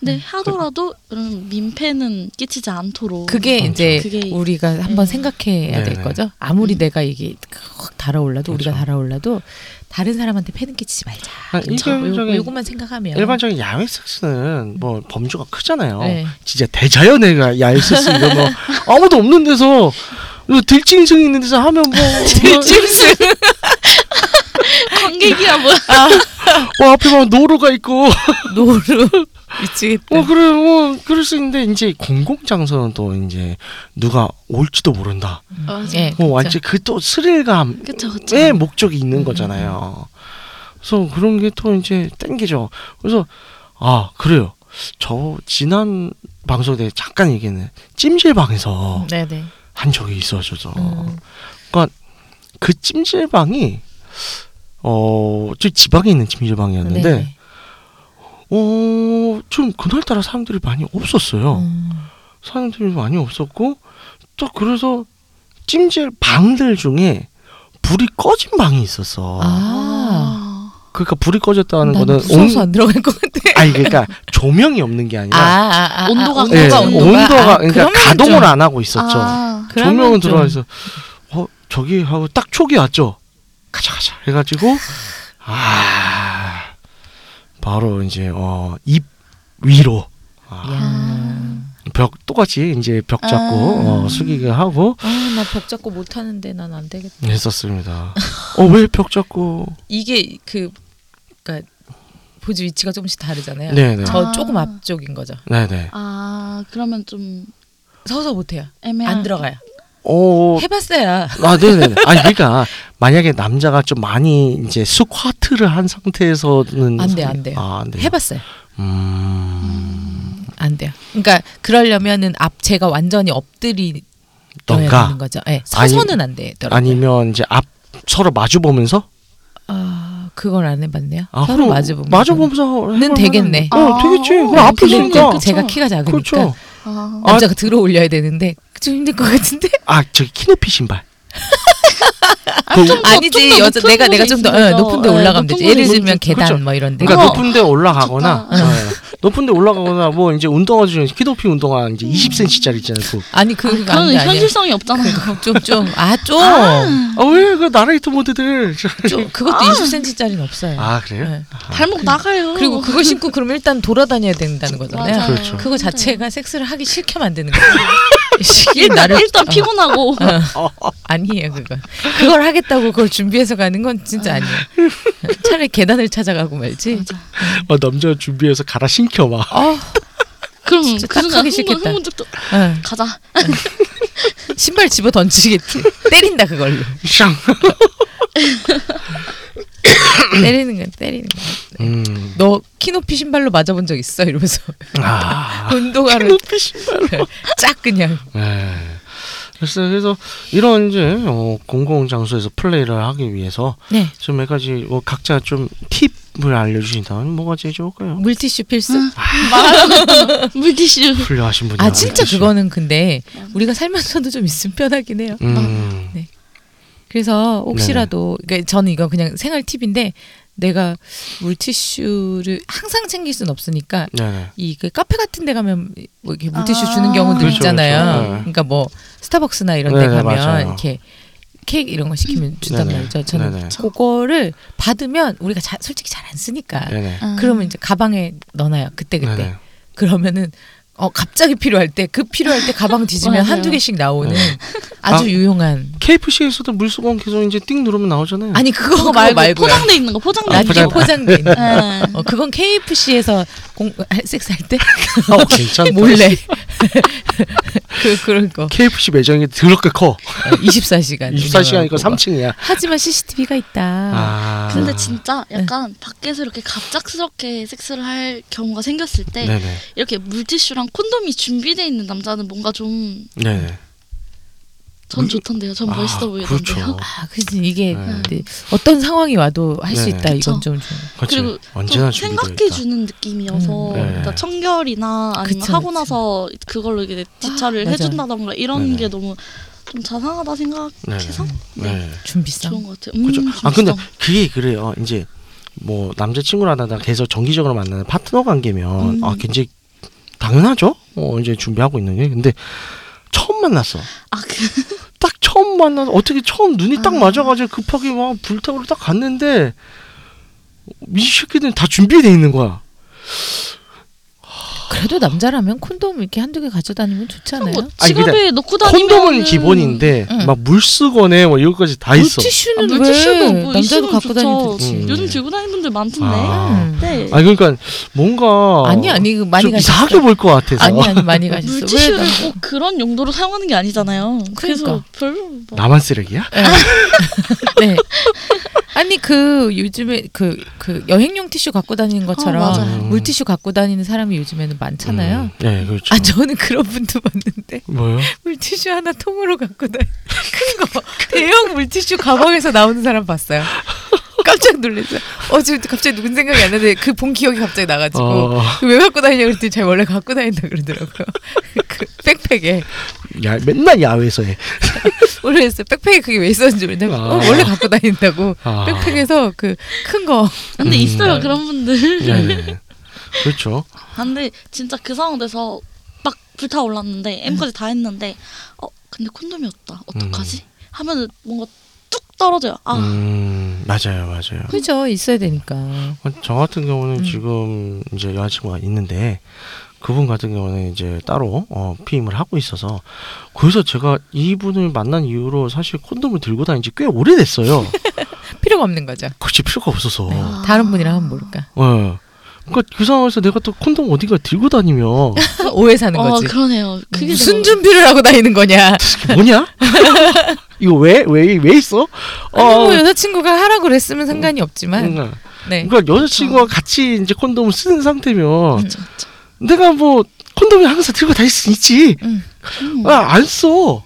[SPEAKER 2] 근데 하더라도 이런 민폐는 끼치지 않도록
[SPEAKER 5] 그게
[SPEAKER 3] 그렇죠.
[SPEAKER 5] 이제
[SPEAKER 2] 그게
[SPEAKER 5] 우리가 한번
[SPEAKER 2] 음.
[SPEAKER 5] 생각해야
[SPEAKER 3] 네네.
[SPEAKER 5] 될 거죠. 아무리 내가 이게 확 달아올라도 우리가
[SPEAKER 3] 그렇죠.
[SPEAKER 5] 달아올라도 다른 사람한테 패는 끼치지 말자. 그렇죠.
[SPEAKER 3] 아, 일반적인-
[SPEAKER 5] 요, 요것만 생각하면
[SPEAKER 3] 일반적인 야외 섹스는 뭐 범주가 크잖아요.
[SPEAKER 5] 네.
[SPEAKER 3] 진짜 대자연의 야외 섹스 이거 뭐 아무도 없는 데서 뭐 들짐승 있는 데서 하면 뭐
[SPEAKER 5] 찜스
[SPEAKER 2] 관객이야 뭐야
[SPEAKER 3] 와, 뭐 앞에 보면 노루가 있고
[SPEAKER 5] 노루 미치겠다.
[SPEAKER 3] 어 그래 뭐 그럴 수 있는데 이제 공공 장소는 또 이제 누가 올지도 모른다.
[SPEAKER 2] 맞아.
[SPEAKER 5] 예,
[SPEAKER 3] 뭐 완전 그 또 스릴감
[SPEAKER 2] 그쵸 그쵸
[SPEAKER 3] 의 목적이 있는 거잖아요. 그래서 그런 게 또 이제 땡기죠. 그래서 아 그래요. 저 지난 방송 때 잠깐 얘기는
[SPEAKER 5] 음.
[SPEAKER 3] 찜질방에서
[SPEAKER 5] 네네.
[SPEAKER 3] 한 적이 어. 있어져서
[SPEAKER 5] 음.
[SPEAKER 3] 그 찜질방이 어저 지방에 있는 찜질방이었는데
[SPEAKER 5] 네네.
[SPEAKER 3] 어좀 그날따라 사람들이 많이 없었어요.
[SPEAKER 5] 음.
[SPEAKER 3] 사람들이 많이 없었고 또 그래서 찜질 방들 중에 불이 꺼진 방이 있었어.
[SPEAKER 5] 아,
[SPEAKER 3] 그러니까 불이 꺼졌다는
[SPEAKER 5] 난
[SPEAKER 3] 거는
[SPEAKER 5] 무서워서 안 들어갈 것 같아.
[SPEAKER 3] 아니 그러니까 조명이 없는 게
[SPEAKER 5] 아,
[SPEAKER 3] 아니라
[SPEAKER 5] 아, 아, 아,
[SPEAKER 2] 온도가
[SPEAKER 3] 예,
[SPEAKER 2] 온도가,
[SPEAKER 3] 온도가 그러니까
[SPEAKER 5] 그러면은
[SPEAKER 3] 가동을
[SPEAKER 5] 좀-
[SPEAKER 3] 안 하고 있었죠.
[SPEAKER 2] 아,
[SPEAKER 5] 그러면
[SPEAKER 3] 조명은
[SPEAKER 5] 좀-
[SPEAKER 3] 들어와 있어. 어 저기 하고 딱 촉이 왔죠. 가자 가자 해가지고 아 바로 이제 어 입 위로
[SPEAKER 5] 예.
[SPEAKER 3] 아,
[SPEAKER 5] 야.
[SPEAKER 3] 벽 똑같이 이제 벽 잡고
[SPEAKER 2] 아.
[SPEAKER 3] 어, 숙이게 하고
[SPEAKER 7] 아, 나 벽 잡고 못 하는데 난 안 되겠다.
[SPEAKER 3] 했었습니다. 어 왜 벽 잡고?
[SPEAKER 5] 이게 그 그러니까 보지 위치가 조금씩 다르잖아요.
[SPEAKER 3] 네네
[SPEAKER 5] 저
[SPEAKER 2] 아.
[SPEAKER 5] 조금 앞쪽인 거죠.
[SPEAKER 3] 네네.
[SPEAKER 2] 아 그러면 좀
[SPEAKER 5] 서서 못 해요.
[SPEAKER 2] 애매한
[SPEAKER 5] 안 들어가요.
[SPEAKER 3] 어
[SPEAKER 5] 해봤어야.
[SPEAKER 3] 아, 네네네. 아니, 그러니까, 만약에 남자가 좀 많이 이제 스쿼트를 한 상태에서는.
[SPEAKER 5] 안 돼요, 안 돼요.
[SPEAKER 3] 아, 안 돼요.
[SPEAKER 5] 해봤어요.
[SPEAKER 3] 음,
[SPEAKER 5] 안 돼요. 그러니까 그러려면은 앞체가 완전히 엎드리는
[SPEAKER 3] 던가.
[SPEAKER 5] 거죠. 예. 서서는 안 되더라고요.
[SPEAKER 3] 아니면 이제 앞, 서로 마주 보면서?
[SPEAKER 5] 아, 그걸 안 해봤네요.
[SPEAKER 3] 아,
[SPEAKER 5] 서로
[SPEAKER 3] 그럼
[SPEAKER 5] 마주 보면
[SPEAKER 3] 마주 보면서. 해볼
[SPEAKER 5] 되겠네.
[SPEAKER 3] 만한- 어, 되겠지. 그럼
[SPEAKER 2] 아,
[SPEAKER 3] 앞에
[SPEAKER 2] 근데
[SPEAKER 3] 있으니까.
[SPEAKER 2] 그쵸.
[SPEAKER 5] 제가 그러니까. 키가 작으니까
[SPEAKER 3] 그렇죠.
[SPEAKER 2] 아,
[SPEAKER 5] 남자가 들어 올려야 되는데 좀 힘들 것 같은데.
[SPEAKER 3] 아, 저기 키높이 신발. 그
[SPEAKER 5] 아니지 여자 내가 내가 좀 더 어, 높은데 올라가면 되지. 예를 들면 계단
[SPEAKER 3] 그렇죠.
[SPEAKER 5] 뭐 이런데.
[SPEAKER 3] 그러니까
[SPEAKER 2] 어,
[SPEAKER 3] 높은 데 올라가거나, 어, 높은 데 올라가거나, 뭐 이제 운동화 중에 키높이 운동화 이제 20cm짜리 있잖아요. 그거.
[SPEAKER 5] 아니 그 그거
[SPEAKER 2] 그건
[SPEAKER 5] 안돼 아니야.
[SPEAKER 2] 현실성이 없잖아
[SPEAKER 5] 좀좀아좀
[SPEAKER 3] 아, 왜, 그 나레이터 모드들.
[SPEAKER 5] 좀, 그것도 20cm짜리는 없어요.
[SPEAKER 3] 아, 그래요?
[SPEAKER 5] 네.
[SPEAKER 2] 발목 나가요
[SPEAKER 5] 그리고 그걸 신고 그럼 일단 돌아다녀야 된다는 거잖아요.
[SPEAKER 2] 어. 맞아요.
[SPEAKER 3] 그렇죠.
[SPEAKER 5] 그거 자체가 섹스를 하기 싫게 만드는 거예요. 이게 나를 어.
[SPEAKER 2] 일단 피곤하고
[SPEAKER 5] 아니에요 그거. 그걸 하겠다고 그걸 준비해서 가는 건 진짜 아니에요. 차라리 계단을 찾아가고 말지.
[SPEAKER 3] 어, 남자 준비해서 갈아 신켜 막.
[SPEAKER 5] 어,
[SPEAKER 2] 그럼
[SPEAKER 5] 진짜
[SPEAKER 2] 그 순간
[SPEAKER 5] 딱 하기
[SPEAKER 2] 흥분
[SPEAKER 5] 싫겠다.
[SPEAKER 2] 흥분적도
[SPEAKER 5] 어,
[SPEAKER 2] 가자
[SPEAKER 5] 신발 집어 던지겠지. 때린다 그걸로.
[SPEAKER 3] 샹.
[SPEAKER 5] 때리는 거야 때리는 거야.
[SPEAKER 3] 음.
[SPEAKER 5] 너 키높이 신발로 맞아본 적 있어? 이러면서
[SPEAKER 3] 아.
[SPEAKER 5] 운동화를
[SPEAKER 3] 높이 신발.
[SPEAKER 5] 쫙 그냥.
[SPEAKER 3] 네. 그래서 그래서 이런 이제 어, 공공 장소에서 플레이를 하기 위해서
[SPEAKER 5] 네.
[SPEAKER 3] 좀 몇 가지 뭐 각자 좀 팁을 알려주신다면 뭐가 제일 좋을까요?
[SPEAKER 5] 물티슈 필수.
[SPEAKER 2] 물티슈
[SPEAKER 3] 훌륭하신 분이
[SPEAKER 5] 아 진짜 그거는 근데 우리가 살면서도 좀 있으면 편하긴 해요.
[SPEAKER 3] 음.
[SPEAKER 5] 그래서 혹시라도 그러니까 저는 이건 그냥 생활 팁인데 내가 물티슈를 항상 챙길 순 없으니까
[SPEAKER 3] 네네.
[SPEAKER 5] 이 그 카페 같은 데 가면 뭐 이렇게 물티슈
[SPEAKER 2] 아.
[SPEAKER 5] 주는 경우들
[SPEAKER 3] 그렇죠,
[SPEAKER 5] 있잖아요.
[SPEAKER 3] 그렇죠. 네.
[SPEAKER 5] 그러니까 뭐 스타벅스나 이런
[SPEAKER 3] 네네,
[SPEAKER 5] 데 가면
[SPEAKER 3] 맞아요.
[SPEAKER 5] 이렇게 케이크 이런 거 시키면 준단
[SPEAKER 3] 네네.
[SPEAKER 5] 말이죠. 저는
[SPEAKER 3] 네네.
[SPEAKER 5] 그거를 받으면 우리가 자, 솔직히 잘 안 쓰니까
[SPEAKER 3] 네네.
[SPEAKER 2] 아,
[SPEAKER 5] 그러면 이제 가방에 넣어놔요. 그때 그때.
[SPEAKER 3] 네네.
[SPEAKER 5] 그러면은 어 갑자기 필요할 때 급 필요할 때 가방 뒤지면
[SPEAKER 2] 맞아요.
[SPEAKER 5] 한두 개씩 나오는
[SPEAKER 3] 네.
[SPEAKER 5] 아주
[SPEAKER 3] 아.
[SPEAKER 5] 유용한
[SPEAKER 3] KFC에서도 물수건 계속 이제 띵 누르면 나오잖아요.
[SPEAKER 5] 아니 그거,
[SPEAKER 2] 그거
[SPEAKER 5] 말고
[SPEAKER 2] 말고 포장돼 있는 거 포장돼
[SPEAKER 3] 아,
[SPEAKER 2] 있는
[SPEAKER 5] 나중에
[SPEAKER 3] 포장-
[SPEAKER 2] 거
[SPEAKER 5] 포장돼 있는 거.
[SPEAKER 2] 예.
[SPEAKER 5] 어, 그건 KFC에서 공 할- 섹스할 때
[SPEAKER 3] 어, 괜찮다.
[SPEAKER 5] 몰래 그 그런 거
[SPEAKER 3] KFC 매장이 더럽게 커.
[SPEAKER 2] 네,
[SPEAKER 5] 24시간 아,
[SPEAKER 3] 24시간이니까 3층이야.
[SPEAKER 5] 하지만 CCTV가 있다.
[SPEAKER 3] 아.
[SPEAKER 2] 근데 진짜 약간 밖에서 이렇게 갑작스럽게 섹스를 할 경우가 생겼을 때
[SPEAKER 3] 네네.
[SPEAKER 2] 이렇게 물티슈랑 콘돔이 준비돼 있는 남자는 뭔가 좀 전
[SPEAKER 3] 네네. 물- 아,
[SPEAKER 2] 좋던데요. 전 멋있어 보이던데요.
[SPEAKER 3] 그렇죠.
[SPEAKER 5] 아, 그지 이게
[SPEAKER 3] 네.
[SPEAKER 5] 근데 어떤 상황이 와도 할 수
[SPEAKER 3] 네네.
[SPEAKER 5] 있다.
[SPEAKER 2] 그쵸.
[SPEAKER 5] 이건 좀 좀.
[SPEAKER 3] 그렇지.
[SPEAKER 2] 그리고
[SPEAKER 3] 언제나
[SPEAKER 2] 좀
[SPEAKER 3] 준비되어
[SPEAKER 2] 생각해
[SPEAKER 3] 있다.
[SPEAKER 2] 주는 느낌이어서
[SPEAKER 5] 음.
[SPEAKER 3] 네.
[SPEAKER 2] 그러니까 청결이나 아니면
[SPEAKER 5] 그쵸,
[SPEAKER 2] 하고
[SPEAKER 5] 그쵸.
[SPEAKER 2] 나서 그걸로 이게
[SPEAKER 5] 아,
[SPEAKER 2] 지찰을
[SPEAKER 5] 맞아요.
[SPEAKER 2] 해준다던가 이런
[SPEAKER 3] 네네.
[SPEAKER 2] 게 너무 좀 자상하다 생각해서 네.
[SPEAKER 3] 네.
[SPEAKER 5] 준비성.
[SPEAKER 2] 좋은 것 같아요. 음,
[SPEAKER 3] 그렇죠. 아 근데
[SPEAKER 2] 진짜.
[SPEAKER 3] 그게 그래요. 이제 뭐 남자친구라다가 계속 정기적으로 만나는 파트너 관계면
[SPEAKER 2] 음.
[SPEAKER 3] 아 굉장히 당연하죠. 어, 이제 준비하고 있는 게. 근데 처음 만났어.
[SPEAKER 2] 아, 그,
[SPEAKER 3] 딱 처음 만나 어떻게 처음 눈이 딱
[SPEAKER 2] 아.
[SPEAKER 3] 맞아가지고 급하게 막 불타오르 딱 갔는데 이 새끼들은 다 준비돼 있는 거야.
[SPEAKER 5] 그래도 남자라면 콘돔 이렇게 한두 개 가져다니면 좋잖아요.
[SPEAKER 2] 뭐
[SPEAKER 3] 아니,
[SPEAKER 2] 지갑에 넣고 다니면
[SPEAKER 3] 콘돔은 기본인데
[SPEAKER 8] 응.
[SPEAKER 3] 막 물수건에 뭐 이런 것까지 다 있어.
[SPEAKER 5] 음, 물티슈는
[SPEAKER 2] 아,
[SPEAKER 5] 왜
[SPEAKER 2] 물티슈도 뭐
[SPEAKER 5] 남자도
[SPEAKER 2] 있으면
[SPEAKER 5] 갖고 다니면
[SPEAKER 2] 좋죠.
[SPEAKER 5] 되지.
[SPEAKER 3] 음.
[SPEAKER 2] 요즘 들고 다니는 분들 많던데.
[SPEAKER 3] 아.
[SPEAKER 2] 네.
[SPEAKER 3] 아니 그러니까
[SPEAKER 2] 어.
[SPEAKER 3] 뭔가
[SPEAKER 5] 음. 아니 아니 그 많이
[SPEAKER 3] 좀
[SPEAKER 5] 가셨어.
[SPEAKER 3] 이상하게 보일 것 같아서
[SPEAKER 5] 아니 아니 많이 가셨어.
[SPEAKER 2] 물티슈를
[SPEAKER 5] 왜
[SPEAKER 2] 꼭 그런 용도로 사용하는 게 아니잖아요. 그래서
[SPEAKER 5] 그러니까.
[SPEAKER 2] 별로 뭐.
[SPEAKER 3] 나만 쓰레기야?
[SPEAKER 5] 네. 아니 그 요즘에 그 그 여행용 티슈 갖고 다니는 것처럼
[SPEAKER 2] 어, 맞아요.
[SPEAKER 3] 음.
[SPEAKER 5] 물티슈 갖고 다니는 사람이 요즘에는 많잖아요.
[SPEAKER 3] 음. 네 그렇죠.
[SPEAKER 5] 아 저는 그런 분도 봤는데
[SPEAKER 3] 뭐요?
[SPEAKER 5] 물티슈 하나 통으로 갖고 다큰거 대형 물티슈 가방에서 나오는 사람 봤어요. 깜짝 놀랐어요. 어제 갑자기 누군 생각이 안 나는데 그 본 기억이 갑자기 나가지고
[SPEAKER 3] 어,
[SPEAKER 5] 왜 갖고 다니냐 그랬더니 제가 원래 갖고 다닌다 그러더라고요. 그 백팩에
[SPEAKER 3] 야 맨날 야외에서 해.
[SPEAKER 5] 모르겠어요. 백팩에 그게 왜 있었는지 왜냐면
[SPEAKER 3] 아.
[SPEAKER 5] 어, 원래 갖고 다닌다고
[SPEAKER 3] 아.
[SPEAKER 5] 백팩에서 그 큰 거.
[SPEAKER 2] 근데
[SPEAKER 3] 음.
[SPEAKER 2] 있어요 그런 분들.
[SPEAKER 3] 네, 네. 그렇죠.
[SPEAKER 2] 아, 근데 진짜 그 상황 돼서 막 불타올랐는데 M까지 다 했는데 어 근데 콘돔이 없다 어떡하지? 하면 뭔가 뚝 떨어져요. 아
[SPEAKER 3] 음 맞아요 맞아요.
[SPEAKER 5] 그죠 있어야 되니까.
[SPEAKER 3] 저 같은 경우는
[SPEAKER 5] 음.
[SPEAKER 3] 지금 이제 여자친구가 있는데 그분 같은 경우는 이제 따로 어, 피임을 하고 있어서 그래서 제가 이분을 만난 이후로 사실 콘돔을 들고 다닌 지 꽤 오래됐어요.
[SPEAKER 5] 필요가 없는 거죠.
[SPEAKER 3] 그치 필요가 없어서.
[SPEAKER 5] 네.
[SPEAKER 3] 예.
[SPEAKER 5] 다른 분이랑 하면 모를까.
[SPEAKER 3] 그러니까 그 상황에서 내가 또 콘돔 어디가 들고 다니면
[SPEAKER 5] 오해 사는
[SPEAKER 2] 어,
[SPEAKER 5] 거지. 음.
[SPEAKER 2] 그러네요. 그게
[SPEAKER 5] 무슨
[SPEAKER 2] 제가-
[SPEAKER 5] 준비를 하고 다니는 거냐.
[SPEAKER 3] 이게 뭐냐? 이거 왜 왜 왜 있어?
[SPEAKER 5] 아니, 뭐 여자친구가 하라고 그랬으면 상관이 없지만.
[SPEAKER 3] 그러니까,
[SPEAKER 5] 네.
[SPEAKER 3] 그러니까 여자친구와 같이 이제 콘돔을 쓰는 상태면
[SPEAKER 2] 그쵸, 그쵸.
[SPEAKER 3] 내가 뭐 콘돔을 항상 들고 다닐 수 있지.
[SPEAKER 5] 음.
[SPEAKER 2] 음.
[SPEAKER 3] 아, 안 써.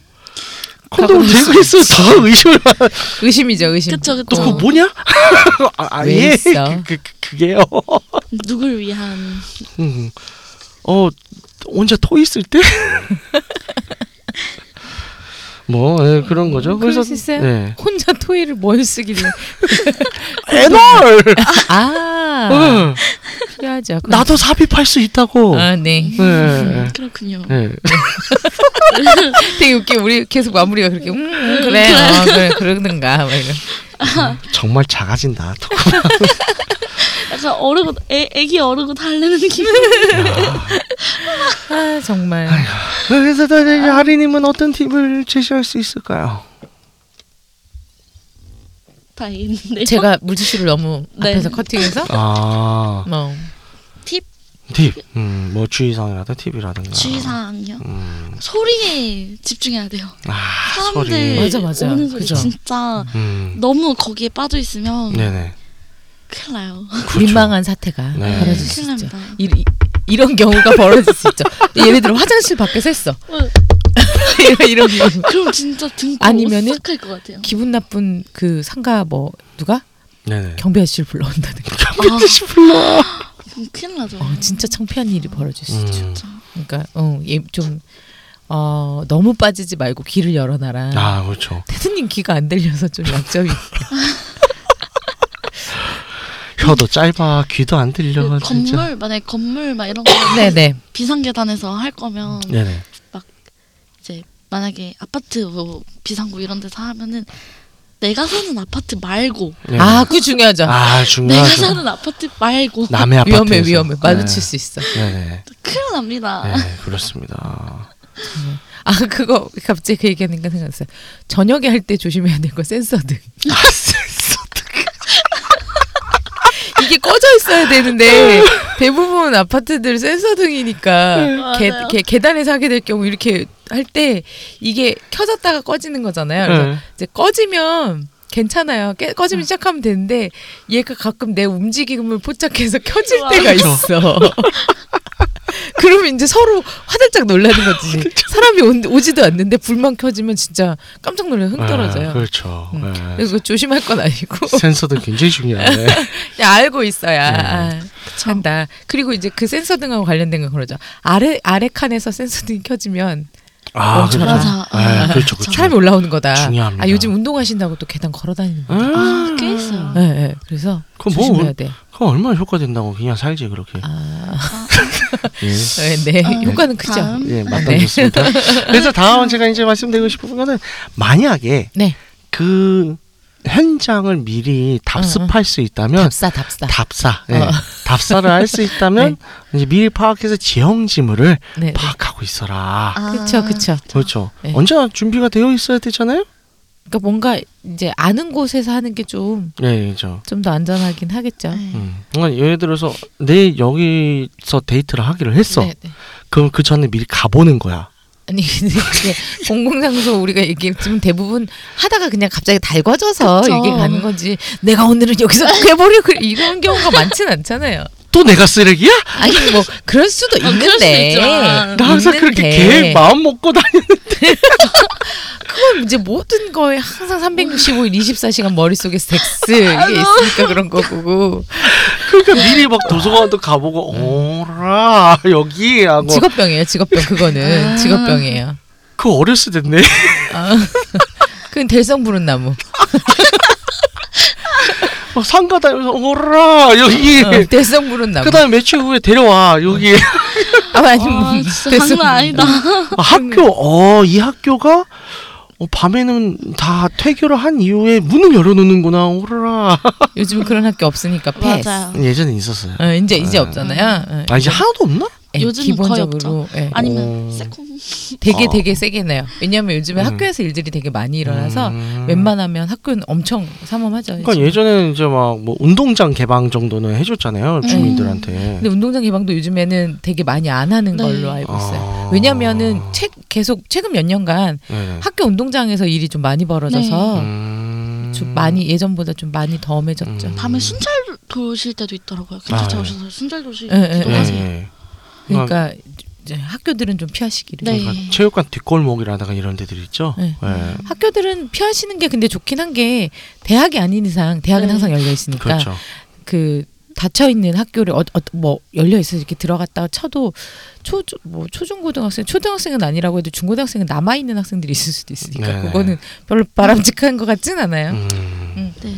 [SPEAKER 3] 콘돔
[SPEAKER 5] 갖고
[SPEAKER 3] 들고 있어. 더 의심을 하는.
[SPEAKER 5] 의심이죠, 의심. 음,
[SPEAKER 2] 그쵸
[SPEAKER 3] 너 그거
[SPEAKER 2] 그쵸.
[SPEAKER 3] 뭐냐? 아, 아,
[SPEAKER 5] 왜
[SPEAKER 3] 예.
[SPEAKER 5] 있어?
[SPEAKER 3] 그, 그, 그게요.
[SPEAKER 2] 누굴 위한
[SPEAKER 3] 음. 어, 혼자 토 있을 때? 뭐, 예, 그런 거죠.
[SPEAKER 5] 그럴
[SPEAKER 3] 그래서.
[SPEAKER 5] 수 있어요?
[SPEAKER 3] 네.
[SPEAKER 5] 혼자 토이를 뭘 쓰길래.
[SPEAKER 3] 애널!
[SPEAKER 5] 아,
[SPEAKER 3] 응.
[SPEAKER 5] 필요하죠. 그건-
[SPEAKER 3] 나도 삽입할 수 있다고.
[SPEAKER 5] 아, 네.
[SPEAKER 3] 네.
[SPEAKER 2] 그렇군요.
[SPEAKER 3] 네.
[SPEAKER 5] 되게 웃겨. 우리 계속 마무리가 그렇게 음, 음, 그래, 어, 그래, 그러든가. 막 이런.
[SPEAKER 3] 정말 작아진다. 토크.
[SPEAKER 2] 약간 어르고 애, 애기 어르고 달래는 기분.
[SPEAKER 5] 아, 정말.
[SPEAKER 3] 그래서 도대체 하리님은 어떤 팁을 제시할 수 있을까요?
[SPEAKER 2] 다 있는데.
[SPEAKER 5] 제가 물티슈를 너무
[SPEAKER 2] 네.
[SPEAKER 5] 앞에서 커팅해서
[SPEAKER 3] 아,
[SPEAKER 5] 뭐
[SPEAKER 3] 팁. 음, 뭐 주의사항이라든 팁이라든가.
[SPEAKER 2] 주의사항요.
[SPEAKER 3] 아. 음.
[SPEAKER 2] 소리에 집중해야 돼요.
[SPEAKER 3] 아,
[SPEAKER 2] 사람들
[SPEAKER 5] 맞아, 맞아.
[SPEAKER 2] 오는 소리
[SPEAKER 5] 그죠.
[SPEAKER 2] 진짜
[SPEAKER 3] 음.
[SPEAKER 2] 너무 거기에 빠져 있으면
[SPEAKER 3] 네네.
[SPEAKER 2] 큰일 나요.
[SPEAKER 5] 아, 민망한 사태가
[SPEAKER 3] 네.
[SPEAKER 5] 벌어질 수
[SPEAKER 2] 큰일
[SPEAKER 5] 있죠.
[SPEAKER 2] 납니다.
[SPEAKER 5] 이, 이- 이런 경우가 벌어질 수 있죠. 예를 들어 화장실 밖에서 했어. 이런 이런 경우.
[SPEAKER 2] 그럼 진짜 등골
[SPEAKER 5] 아니면은
[SPEAKER 2] 오싹할 것 같아요.
[SPEAKER 5] 기분 나쁜 그 상가 뭐 누가
[SPEAKER 3] 그렇죠. 네네.
[SPEAKER 5] 경비 아저씨를 불러온다든가.
[SPEAKER 2] 아,
[SPEAKER 3] 불러.
[SPEAKER 2] 그럼 큰일 나죠.
[SPEAKER 5] 어, 진짜 창피한 일이 벌어질 수 있죠.
[SPEAKER 3] 음.
[SPEAKER 5] 그러니까 어, 얘좀 어, 너무 빠지지 말고 귀를 열어놔라.
[SPEAKER 3] 아 그렇죠.
[SPEAKER 5] 테드님 귀가 안 들려서 좀 약점이.
[SPEAKER 3] 혀도 짧아, 귀도 안 들려.
[SPEAKER 2] 그
[SPEAKER 3] 진짜.
[SPEAKER 2] 건물 만약에 건물 막 이런 거
[SPEAKER 5] 네네.
[SPEAKER 2] 비상계단에서 할 거면
[SPEAKER 3] 네네.
[SPEAKER 2] 이제 만약에 아파트 뭐 비상구 이런 데서 하면은 내가 사는 아파트 말고
[SPEAKER 3] 네.
[SPEAKER 5] 아, 그 중요하죠.
[SPEAKER 3] 아
[SPEAKER 2] 내가
[SPEAKER 3] 중요하죠.
[SPEAKER 2] 사는 아파트 말고
[SPEAKER 3] 남의 아파트.
[SPEAKER 5] 위험해 위험해.
[SPEAKER 3] 네.
[SPEAKER 5] 마주칠 수 있어.
[SPEAKER 3] 네네.
[SPEAKER 2] 큰일 납니다.
[SPEAKER 3] 네 그렇습니다.
[SPEAKER 5] 아 그거 갑자기 그 얘기하니까 생각났어요. 저녁에 할 때 조심해야 될 거 센서등.
[SPEAKER 2] 아,
[SPEAKER 5] 이게 꺼져 있어야 되는데 대부분 아파트들 센서등이니까 계,
[SPEAKER 2] 네. 맞아요.
[SPEAKER 5] 계, 계단에서 하게 될 경우 이렇게 할 때 이게 켜졌다가 꺼지는 거잖아요. 그래서
[SPEAKER 3] 네.
[SPEAKER 5] 이제 꺼지면 괜찮아요. 깨, 꺼지면
[SPEAKER 2] 네.
[SPEAKER 5] 시작하면 되는데 얘가 가끔 내 움직임을 포착해서 켜질 때가 있어. 그러면 이제 서로 화들짝 놀라는
[SPEAKER 3] 아,
[SPEAKER 5] 거지.
[SPEAKER 3] 그렇죠.
[SPEAKER 5] 사람이 온, 오지도 않는데 불만 켜지면 진짜 깜짝 놀라 흥
[SPEAKER 3] 네,
[SPEAKER 5] 떨어져요.
[SPEAKER 3] 그렇죠.
[SPEAKER 5] 음.
[SPEAKER 3] 네.
[SPEAKER 5] 그래서 조심할 건 아니고
[SPEAKER 3] 센서도 굉장히 중요해.
[SPEAKER 5] 그냥 알고 있어야
[SPEAKER 3] 네.
[SPEAKER 5] 아, 한다. 그리고 이제 그 센서 등하고 관련된 건 그러죠. 아래 아래 칸에서 센서 등이 켜지면
[SPEAKER 3] 아
[SPEAKER 5] 멈춰라.
[SPEAKER 2] 맞아.
[SPEAKER 3] 네, 그렇죠 그렇죠.
[SPEAKER 5] 사람이 올라오는 거다.
[SPEAKER 3] 중요합니다.
[SPEAKER 5] 아 요즘 운동하신다고 또 계단 걸어 다니는 거.
[SPEAKER 3] 아,
[SPEAKER 2] 꽤 있어요.
[SPEAKER 5] 예, 예. 그래서
[SPEAKER 3] 그럼 뭐
[SPEAKER 5] 조심해야 돼.
[SPEAKER 3] 그럼 얼마나 효과 된다고 그냥 살지 그렇게.
[SPEAKER 5] 아.
[SPEAKER 3] 예.
[SPEAKER 5] 네, 네.
[SPEAKER 2] 아,
[SPEAKER 5] 효과는 크죠.
[SPEAKER 2] 다음.
[SPEAKER 3] 예, 맞다좋습니다 그래서 다음 제가 이제 말씀드리고 싶은 거는 만약에
[SPEAKER 5] 네.
[SPEAKER 3] 그 현장을 미리 답습할 수 있다면
[SPEAKER 5] 답사 답사.
[SPEAKER 3] 답사, 예.
[SPEAKER 5] 어.
[SPEAKER 3] 답사를 할 수 있다면
[SPEAKER 2] 네.
[SPEAKER 3] 이제 미리 파악해서 지형 지물을
[SPEAKER 5] 네.
[SPEAKER 3] 파악하고 있어라.
[SPEAKER 2] 아,
[SPEAKER 5] 그렇죠, 그렇죠.
[SPEAKER 3] 그렇죠.
[SPEAKER 5] 네.
[SPEAKER 3] 언제나 준비가 되어 있어야 되잖아요.
[SPEAKER 5] 그러니까 뭔가 이제 아는 곳에서 하는 게 좀 좀 더
[SPEAKER 3] 예, 그렇죠.
[SPEAKER 5] 안전하긴 하겠죠.
[SPEAKER 2] 네.
[SPEAKER 3] 음. 그러니까 예를 들어서 내 여기서 데이트를 하기로 했어.
[SPEAKER 5] 네, 네.
[SPEAKER 3] 그럼 그 전에 미리 가보는 거야.
[SPEAKER 5] 아니 근데 이게 공공장소 우리가 얘기했지만 대부분 하다가 그냥 갑자기 달궈져서
[SPEAKER 2] 그쵸.
[SPEAKER 5] 이게 가는 거지 내가 오늘은 여기서 괴물이 그- 이런 경우가 많진 않잖아요.
[SPEAKER 3] 또 내가 쓰레기야?
[SPEAKER 5] 아니 뭐 그럴 수도 아,
[SPEAKER 2] 그럴
[SPEAKER 5] 있는데
[SPEAKER 2] 수 있죠.
[SPEAKER 3] 나 항상 그렇게
[SPEAKER 5] 음, 있는데
[SPEAKER 3] 계획 마음 먹고 다니.
[SPEAKER 5] 그건 이제 모든 거에 항상 365일 24시간 머릿속에 섹스 이게 있으니까 그런 거고
[SPEAKER 3] 그러니까 미리 막 도서관도 가보고 오라 여기 하고
[SPEAKER 5] 음. 직업병이에요 직업병 그거는 직업병이에요
[SPEAKER 3] 그 어렸을 텐데.
[SPEAKER 5] 그건 대성 부른 나무 어,
[SPEAKER 3] 막 상가 다니면서 오라 여기.
[SPEAKER 5] 어, 대성 부른 나무
[SPEAKER 3] 그다음에 며칠 후에 데려와 여기
[SPEAKER 5] 아, 아니,
[SPEAKER 2] 와, 진짜
[SPEAKER 5] 대성
[SPEAKER 2] 장난 아니다.
[SPEAKER 3] 아,
[SPEAKER 5] 네.
[SPEAKER 3] 학교 어 이 학교가 어, 밤에는 다 퇴교를 한 이후에 문을 열어놓는구나 오라
[SPEAKER 5] 요즘 그런 학교 없으니까 패스
[SPEAKER 2] 맞아요.
[SPEAKER 3] 예전에 있었어요.
[SPEAKER 5] 어, 이제 이제 없잖아요 어,
[SPEAKER 3] 네. 아 이제 하나도 없나?
[SPEAKER 5] 예,
[SPEAKER 2] 요즘은 거의
[SPEAKER 5] 기본적으로 예,
[SPEAKER 2] 아니면
[SPEAKER 3] 어.
[SPEAKER 2] 세콤
[SPEAKER 5] 되게
[SPEAKER 3] 어.
[SPEAKER 5] 되게 세게 내요 왜냐하면 요즘에
[SPEAKER 3] 음.
[SPEAKER 5] 학교에서 일들이 되게 많이 일어나서
[SPEAKER 3] 음.
[SPEAKER 5] 웬만하면 학교는 엄청 삼엄하죠
[SPEAKER 3] 그러니까
[SPEAKER 5] 요즘.
[SPEAKER 3] 예전에는 이제 막 뭐 운동장 개방 정도는 해줬잖아요 주민들한테.
[SPEAKER 5] 음. 근데 운동장 개방도 요즘에는 되게 많이 안 하는
[SPEAKER 2] 네.
[SPEAKER 5] 걸로 알고 있어요.
[SPEAKER 3] 아.
[SPEAKER 5] 왜냐면은 최, 계속 최근 몇 년간
[SPEAKER 3] 네.
[SPEAKER 5] 학교 운동장에서 일이 좀 많이 벌어져서
[SPEAKER 2] 네.
[SPEAKER 3] 음.
[SPEAKER 5] 좀 많이 예전보다 좀 많이 덤해졌죠.
[SPEAKER 3] 음.
[SPEAKER 2] 밤에 순찰 도실 때도 있더라고요.
[SPEAKER 3] 아,
[SPEAKER 2] 경찰차
[SPEAKER 3] 네.
[SPEAKER 2] 오셔서 순찰 도실
[SPEAKER 5] 네, 네,
[SPEAKER 2] 네,
[SPEAKER 3] 예,
[SPEAKER 2] 가세요.
[SPEAKER 3] 예. 그러니까,
[SPEAKER 5] 그러니까 이제 학교들은 좀 피하시기를.
[SPEAKER 2] 네.
[SPEAKER 3] 그러니까 체육관 뒷골목이라다가 이런 데들 있죠.
[SPEAKER 5] 네.
[SPEAKER 3] 예.
[SPEAKER 5] 학교들은 피하시는 게 근데 좋긴 한 게 대학이 아닌 이상 대학은
[SPEAKER 2] 네.
[SPEAKER 5] 항상 열려 있으니까 그
[SPEAKER 3] 그렇죠.
[SPEAKER 5] 닫혀 있는 학교를 어, 어, 뭐 열려 있어 이렇게 들어갔다가 쳐도 초뭐 초중고등학생 초등학생은 아니라고 해도 중고등학생은 남아 있는 학생들이 있을 수도 있으니까
[SPEAKER 3] 네.
[SPEAKER 5] 그거는 별로 바람직한 것 같진 않아요.
[SPEAKER 3] 음.
[SPEAKER 2] 네.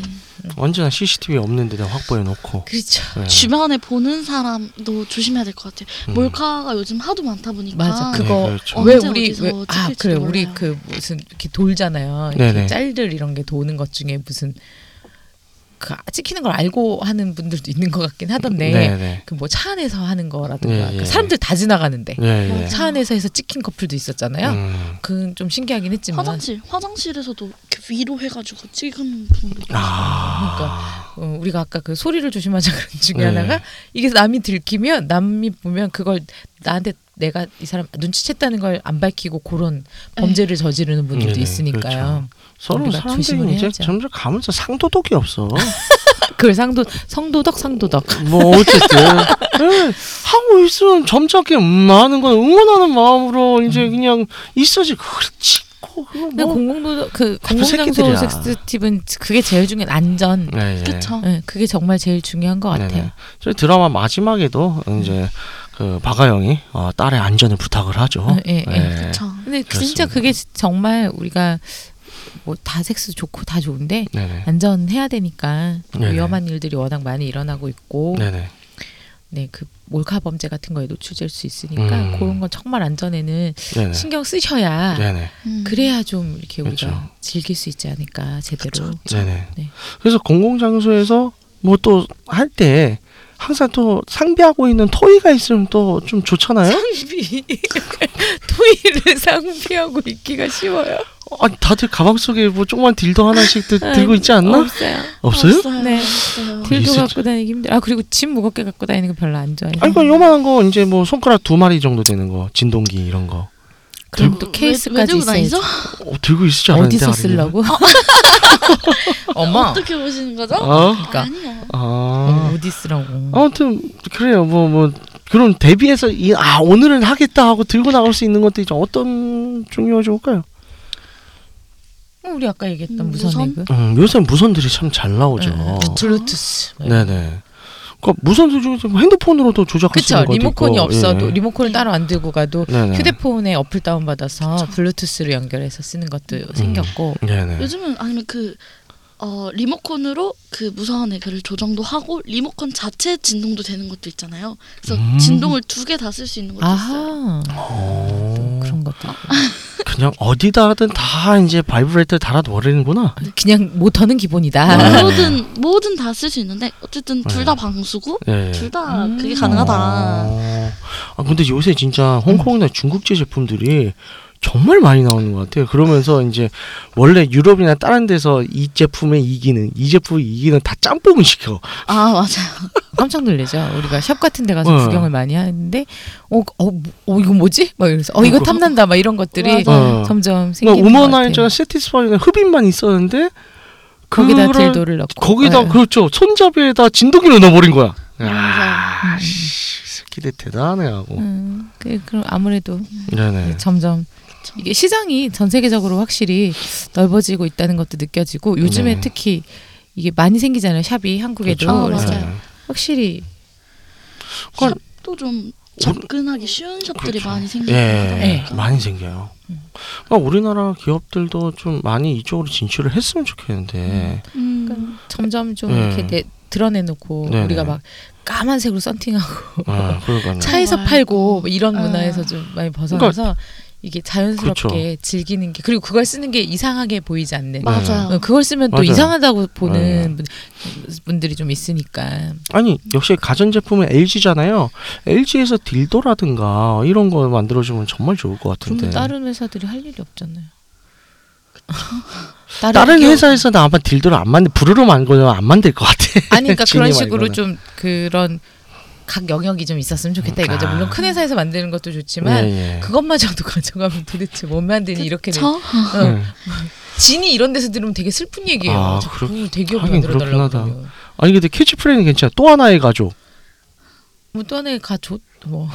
[SPEAKER 3] 언제나 CCTV 없는 데다 확보해 놓고. 네.
[SPEAKER 5] 그렇죠.
[SPEAKER 2] 주변에 보는 사람도 조심해야 될 것 같아요.
[SPEAKER 3] 음.
[SPEAKER 2] 몰카가 요즘 하도 많다 보니까
[SPEAKER 5] 맞아.
[SPEAKER 3] 그-
[SPEAKER 5] 그거
[SPEAKER 3] 네, 그렇죠.
[SPEAKER 5] 왜
[SPEAKER 2] 언제
[SPEAKER 5] 우리
[SPEAKER 2] 어디서
[SPEAKER 5] 왜, 아
[SPEAKER 2] 찍힐지
[SPEAKER 5] 그래
[SPEAKER 2] 몰라요.
[SPEAKER 5] 우리 그 무슨 이렇게 돌잖아요. 이렇게
[SPEAKER 3] 네네.
[SPEAKER 5] 짤들 이런 게 도는 것 중에 무슨 그 찍히는 걸 알고 하는 분들도 있는 것 같긴 하던데
[SPEAKER 3] 네네.
[SPEAKER 5] 그 뭐 차 안에서 하는 거라든가
[SPEAKER 3] 네,
[SPEAKER 5] 그
[SPEAKER 3] 네.
[SPEAKER 5] 사람들 다 지나가는데
[SPEAKER 3] 예, 예.
[SPEAKER 5] 차 안에서 해서 찍힌 커플도 있었잖아요.
[SPEAKER 3] 음.
[SPEAKER 5] 그건 좀 신기하긴 했지만
[SPEAKER 2] 화장실 화장실에서도 이렇게 위로 해가지고 찍은 분도 있고.
[SPEAKER 3] 아.
[SPEAKER 5] 어, 우리가 아까 그 소리를 조심하자 그런 중에
[SPEAKER 3] 네.
[SPEAKER 5] 하나가 이게 남이 들키면 남이 보면 그걸 나한테 내가 이 사람 눈치챘다는 걸 안 밝히고 그런 범죄를 저지르는
[SPEAKER 3] 네네,
[SPEAKER 5] 분들도
[SPEAKER 3] 그렇죠.
[SPEAKER 5] 있으니까요.
[SPEAKER 3] 서로
[SPEAKER 5] 우리가 조심을
[SPEAKER 3] 사람들이 이제
[SPEAKER 5] 해야죠.
[SPEAKER 3] 점점 가면서 상도덕이 없어.
[SPEAKER 5] 그 상도 성도덕 상도덕.
[SPEAKER 3] 뭐 어쨌든 예, 하고 있으면 점잖게 음 하는 건 응원하는 마음으로 이제 그냥 있어지 그렇지. 그거
[SPEAKER 5] 근데
[SPEAKER 3] 뭐.
[SPEAKER 5] 공공도 그
[SPEAKER 3] 나쁜
[SPEAKER 5] 공공장소
[SPEAKER 3] 새끼들이야.
[SPEAKER 5] 섹스 팁은 그게 제일 중요한 안전.
[SPEAKER 3] 네, 네.
[SPEAKER 2] 그쵸.
[SPEAKER 5] 예, 그게 정말 제일 중요한 것 같아요. 음.
[SPEAKER 3] 네네. 저희 드라마 마지막에도 이제 그 박아영이 어, 딸의 안전을 부탁을 하죠.
[SPEAKER 5] 예, 예, 예.
[SPEAKER 3] 네.
[SPEAKER 2] 그쵸.
[SPEAKER 5] 근데 그
[SPEAKER 3] 그렇습니다.
[SPEAKER 5] 진짜 그게 정말 우리가 뭐 다 섹스 좋고 다 좋은데
[SPEAKER 3] 네네.
[SPEAKER 5] 안전해야 되니까
[SPEAKER 3] 네네.
[SPEAKER 5] 위험한 일들이 워낙 많이 일어나고 있고
[SPEAKER 3] 네네.
[SPEAKER 5] 네 그 몰카 범죄 같은 거에 노출될 수 있으니까
[SPEAKER 3] 음.
[SPEAKER 5] 그런 건 정말 안전에는
[SPEAKER 3] 네네.
[SPEAKER 5] 신경 쓰셔야
[SPEAKER 3] 네네.
[SPEAKER 2] 음.
[SPEAKER 5] 그래야 좀 이렇게
[SPEAKER 3] 그렇죠.
[SPEAKER 5] 우리가 즐길 수 있지 않을까 제대로
[SPEAKER 3] 네네.
[SPEAKER 5] 네.
[SPEAKER 3] 그래서 공공장소에서 뭐 또 할 때 항상 또 상비하고 있는 토이가 있으면 또 좀 좋잖아요.
[SPEAKER 5] 상비 네. 토이를 상비하고 있기가 쉬워요.
[SPEAKER 3] 아 다들 가방 속에 뭐 조그만 딜도 하나씩 들- 들고 있지 않나?
[SPEAKER 5] 아, 없어요.
[SPEAKER 3] 없어요?
[SPEAKER 2] 없어요.
[SPEAKER 5] 네.
[SPEAKER 2] 없어요.
[SPEAKER 5] 들도
[SPEAKER 3] 있었죠.
[SPEAKER 5] 갖고 다니기 힘들어. 아 그리고 짐 무겁게 갖고 다니는 거 별로 안 좋아해요.
[SPEAKER 3] 아니 그 요만한 거 이제 뭐 손가락 두 마리 정도 되는 거 진동기 이런 거
[SPEAKER 5] 그럼
[SPEAKER 2] 왜-
[SPEAKER 5] 또
[SPEAKER 2] 왜
[SPEAKER 5] 케이스까지
[SPEAKER 2] 들고 다니죠?
[SPEAKER 5] 있어야죠.
[SPEAKER 3] 어, 들고 있을지 않았는데
[SPEAKER 5] 어디서
[SPEAKER 3] 아린이는.
[SPEAKER 5] 쓰려고? 엄마.
[SPEAKER 2] 어떻게 보시는 거죠?
[SPEAKER 3] 어?
[SPEAKER 5] 그러니까.
[SPEAKER 2] 아니야.
[SPEAKER 3] 아
[SPEAKER 5] 어, 어디 쓰라고.
[SPEAKER 3] 아무튼 그래요 뭐 뭐 그런 대비해서 이, 아 오늘은 하겠다 하고 들고 나갈 수 있는 것들이 좀 어떤 종류가 좋을까요?
[SPEAKER 5] 어, 우리 아까 얘기했던
[SPEAKER 2] 음,
[SPEAKER 5] 무선
[SPEAKER 2] 무선?
[SPEAKER 5] 앱은?
[SPEAKER 3] 음, 요새 무선들이 참 잘 나오죠.
[SPEAKER 5] 네,
[SPEAKER 3] 아.
[SPEAKER 5] 블루투스.
[SPEAKER 3] 네네. 그러니까 무선들 중에서 핸드폰으로도 조작할 수
[SPEAKER 5] 그쵸
[SPEAKER 3] 있는 것도
[SPEAKER 5] 리모컨이
[SPEAKER 3] 있고,
[SPEAKER 5] 없어도
[SPEAKER 3] 예.
[SPEAKER 5] 리모컨을 따로 안 들고 가도
[SPEAKER 3] 네네.
[SPEAKER 5] 휴대폰에 어플 다운
[SPEAKER 3] 음.
[SPEAKER 5] 받아서 블루투스로 연결해서 쓰는 것도 생겼고
[SPEAKER 3] 네네.
[SPEAKER 2] 요즘은 아니면 그 어, 리모컨으로 그 무서운 애들을 조정도 하고 리모컨 자체 진동도 되는 것도 있잖아요. 그래서
[SPEAKER 3] 음.
[SPEAKER 2] 진동을 두 개 다 쓸 수 있는 것도 있어요.
[SPEAKER 5] 아하
[SPEAKER 3] 어,
[SPEAKER 5] 그런 것도
[SPEAKER 3] 그냥 어디다 하든 다 이제 바이브레이터를 달아버리는구나.
[SPEAKER 5] 그냥 모터는 기본이다.
[SPEAKER 3] 아.
[SPEAKER 2] 뭐든 뭐든 다 쓸 수 있는데 어쨌든 둘 다 방수고
[SPEAKER 3] 네.
[SPEAKER 2] 둘 다
[SPEAKER 5] 음.
[SPEAKER 2] 그게 가능하다.
[SPEAKER 3] 어. 아 근데 요새 진짜 홍콩이나 중국제 제품들이 정말 많이 나오는 것 같아요. 그러면서 이제 원래 유럽이나 다른 데서 이 제품의 이기는 이 제품의 이기는 다 짬뽕을 시켜.
[SPEAKER 2] 아 맞아요.
[SPEAKER 5] 깜짝 놀래죠. 우리가 샵 같은 데 가서
[SPEAKER 3] 어.
[SPEAKER 5] 구경을 많이 하는데 어, 어, 뭐- 어 이거 뭐지? 막 이러면서 어 이거
[SPEAKER 3] 어,
[SPEAKER 5] 탐난다 막 이런 것들이
[SPEAKER 2] 맞아.
[SPEAKER 3] 어.
[SPEAKER 5] 점점
[SPEAKER 3] 뭐
[SPEAKER 5] 생기는 것 같아요.
[SPEAKER 3] 우먼아이저나 세티스파이나 흡입만 있었는데
[SPEAKER 5] 거기다
[SPEAKER 3] 그거를
[SPEAKER 5] 딜도를 넣고
[SPEAKER 3] 거기다
[SPEAKER 5] 네. 음,
[SPEAKER 3] 그렇죠 손잡이에다 진동기를 넣어버린 거야.
[SPEAKER 2] 맞아요.
[SPEAKER 3] 아, 씨, 새끼들 대단해 하고.
[SPEAKER 5] 음, 그, 그럼 아무래도
[SPEAKER 3] 뭐. 네네.
[SPEAKER 5] 점점 이게 시장이 전 세계적으로 확실히 넓어지고 있다는 것도 느껴지고 요즘에
[SPEAKER 3] 네.
[SPEAKER 5] 특히 이게 많이 생기잖아요. 샵이 한국에도
[SPEAKER 2] 그렇죠. 아,
[SPEAKER 5] 그래서
[SPEAKER 2] 맞아요.
[SPEAKER 3] 네.
[SPEAKER 5] 확실히
[SPEAKER 3] 그건-
[SPEAKER 2] 또 좀 접근하기 쉬운
[SPEAKER 3] 그렇죠.
[SPEAKER 2] 샵들이
[SPEAKER 3] 네.
[SPEAKER 2] 많이 생기고
[SPEAKER 3] 예,
[SPEAKER 5] 네.
[SPEAKER 2] 하다 보니까.
[SPEAKER 3] 많이 생겨요. 그러니까 우리나라 기업들도 좀 많이 이쪽으로 진출을 했으면 좋겠는데.
[SPEAKER 2] 음.
[SPEAKER 5] 점점 좀
[SPEAKER 3] 네.
[SPEAKER 5] 이렇게 내, 드러내놓고
[SPEAKER 3] 네,
[SPEAKER 5] 우리가
[SPEAKER 3] 네.
[SPEAKER 5] 막 까만색으로 썬팅하고
[SPEAKER 3] 아, 그러니까요.
[SPEAKER 5] 차에서
[SPEAKER 2] 아이고.
[SPEAKER 5] 팔고 뭐 이런
[SPEAKER 2] 아.
[SPEAKER 5] 문화에서 좀 많이 벗어나서 이게 자연스럽게
[SPEAKER 3] 그러니까 그렇죠.
[SPEAKER 5] 즐기는 게 그리고 그걸 쓰는 게 이상하게 보이지 않는
[SPEAKER 2] 맞아요.
[SPEAKER 5] 어, 그걸 쓰면 또
[SPEAKER 3] 맞아요. 네.
[SPEAKER 5] 이상하다고 보는
[SPEAKER 3] 맞아요.
[SPEAKER 5] 분, 분들이 좀 있으니까
[SPEAKER 3] 아니 역시 가전제품은 LG잖아요. LG에서 딜도라든가 이런 거 만들어주면 정말 좋을 것
[SPEAKER 5] 그럼
[SPEAKER 3] 같은데.
[SPEAKER 5] 다른 회사들이 할 일이 없잖아요.
[SPEAKER 3] 다른
[SPEAKER 5] 기업-
[SPEAKER 3] 회사에서는 아마 딜도를 안 만들 부르르 만들면 안 만들 것 같아.
[SPEAKER 5] 아니 그러니까 그런
[SPEAKER 3] 진이
[SPEAKER 5] 식으로
[SPEAKER 3] 말고는.
[SPEAKER 5] 좀 그런 각 영역이 좀 있었으면 좋겠다 이거죠.
[SPEAKER 3] 아.
[SPEAKER 5] 물론 큰 회사에서 만드는 것도 좋지만
[SPEAKER 3] 예, 예.
[SPEAKER 5] 그것마저도 가져가면 도대체 못
[SPEAKER 3] 그
[SPEAKER 5] 만드니 이렇게 되-
[SPEAKER 2] 저?
[SPEAKER 5] 어,
[SPEAKER 3] 예.
[SPEAKER 5] 진이 이런 데서 들으면 되게 슬픈 얘기예요.
[SPEAKER 3] 아,
[SPEAKER 5] 자꾸 대기업이
[SPEAKER 3] 하긴
[SPEAKER 5] 만들어 달라고
[SPEAKER 3] 그렇긴 하다.
[SPEAKER 5] 그러면.
[SPEAKER 3] 아니 근데 캐치프레이는 괜찮아. 또 하나의 가족.
[SPEAKER 5] 뭐또 하나의 가족 뭐.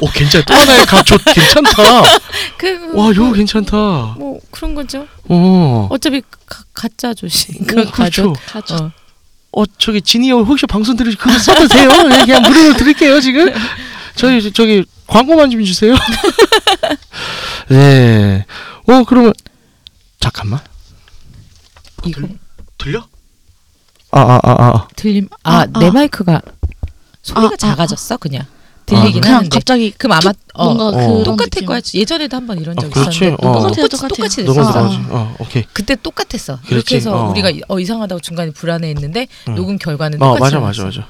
[SPEAKER 3] 오 어, 괜찮아. 또 하나의 가족 괜찮다.
[SPEAKER 5] 그,
[SPEAKER 3] 와 이거 괜찮다.
[SPEAKER 5] 뭐 그런 거죠.
[SPEAKER 3] 어.
[SPEAKER 5] 어차피 가, 가짜 조식.
[SPEAKER 3] 오, 그렇죠.
[SPEAKER 2] 가족.
[SPEAKER 5] 어.
[SPEAKER 3] 어 저기 진이 형 혹시 방송 들으시 그거 써도 돼요? 예, 그냥 무료로 드릴게요 지금. 저희 저기 광고만 좀 주세요. 네. 어 그러면 잠깐만.
[SPEAKER 5] 이거
[SPEAKER 3] 들려? 아 아 아 아.
[SPEAKER 5] 들림 아 내 마이크가 소리가
[SPEAKER 2] 아, 아,
[SPEAKER 5] 작아졌어 그냥
[SPEAKER 3] 아,
[SPEAKER 5] 들리긴
[SPEAKER 2] 그냥
[SPEAKER 5] 하는데
[SPEAKER 2] 갑자기
[SPEAKER 5] 그럼 아마 어,
[SPEAKER 2] 뭔가
[SPEAKER 3] 어.
[SPEAKER 2] 그런
[SPEAKER 5] 똑같을
[SPEAKER 2] 느낌.
[SPEAKER 5] 거야 예전에도 한 번 이런
[SPEAKER 3] 아,
[SPEAKER 5] 적
[SPEAKER 3] 그렇지.
[SPEAKER 5] 있었는데
[SPEAKER 3] 어.
[SPEAKER 5] 똑같이
[SPEAKER 2] 똑같아요, 똑같아요.
[SPEAKER 5] 똑같이 됐어
[SPEAKER 3] 너무
[SPEAKER 2] 아,
[SPEAKER 3] 들어가지. 어 오케이.
[SPEAKER 5] 그때 똑같았어
[SPEAKER 3] 그렇지.
[SPEAKER 5] 이렇게 해서
[SPEAKER 3] 어.
[SPEAKER 5] 우리가 어 이상하다고 중간에 불안해했는데
[SPEAKER 3] 응.
[SPEAKER 5] 녹음 결과는
[SPEAKER 3] 어
[SPEAKER 5] 네, 똑같이
[SPEAKER 3] 맞아 맞아 맞아.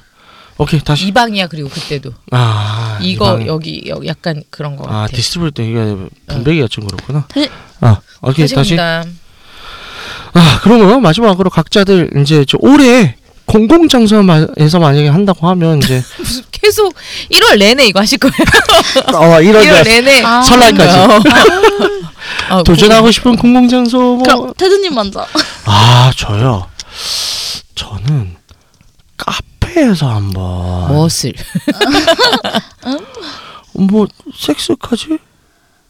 [SPEAKER 3] 오케이 다시.
[SPEAKER 5] 이방이야 그리고 그때도
[SPEAKER 3] 아
[SPEAKER 5] 이거
[SPEAKER 3] 이방인.
[SPEAKER 5] 여기 네. 여기 약간 그런 거
[SPEAKER 3] 아
[SPEAKER 5] 같아
[SPEAKER 3] 디스트블 때 이게 분배기가 좀 그렇구나.
[SPEAKER 2] 다시-
[SPEAKER 3] 아 오케이 다시.
[SPEAKER 5] 사실입니다.
[SPEAKER 3] 아, 그러면 마지막으로 각자들 이제 저 올해 공공 장소에서 만약에 한다고 하면 이제
[SPEAKER 5] 무슨 계속 1월 내내 이거 하실 거예요
[SPEAKER 3] 어 이런
[SPEAKER 5] 1월 내내
[SPEAKER 2] 아.
[SPEAKER 3] 설날까지
[SPEAKER 5] 어,
[SPEAKER 3] 도전하고 싶은 공공 장소 뭐
[SPEAKER 2] 그럼 테드님 먼저.
[SPEAKER 3] 아, 저요. 저는 카페에서 한번 뭐,
[SPEAKER 5] 멋을
[SPEAKER 3] 섹스까지?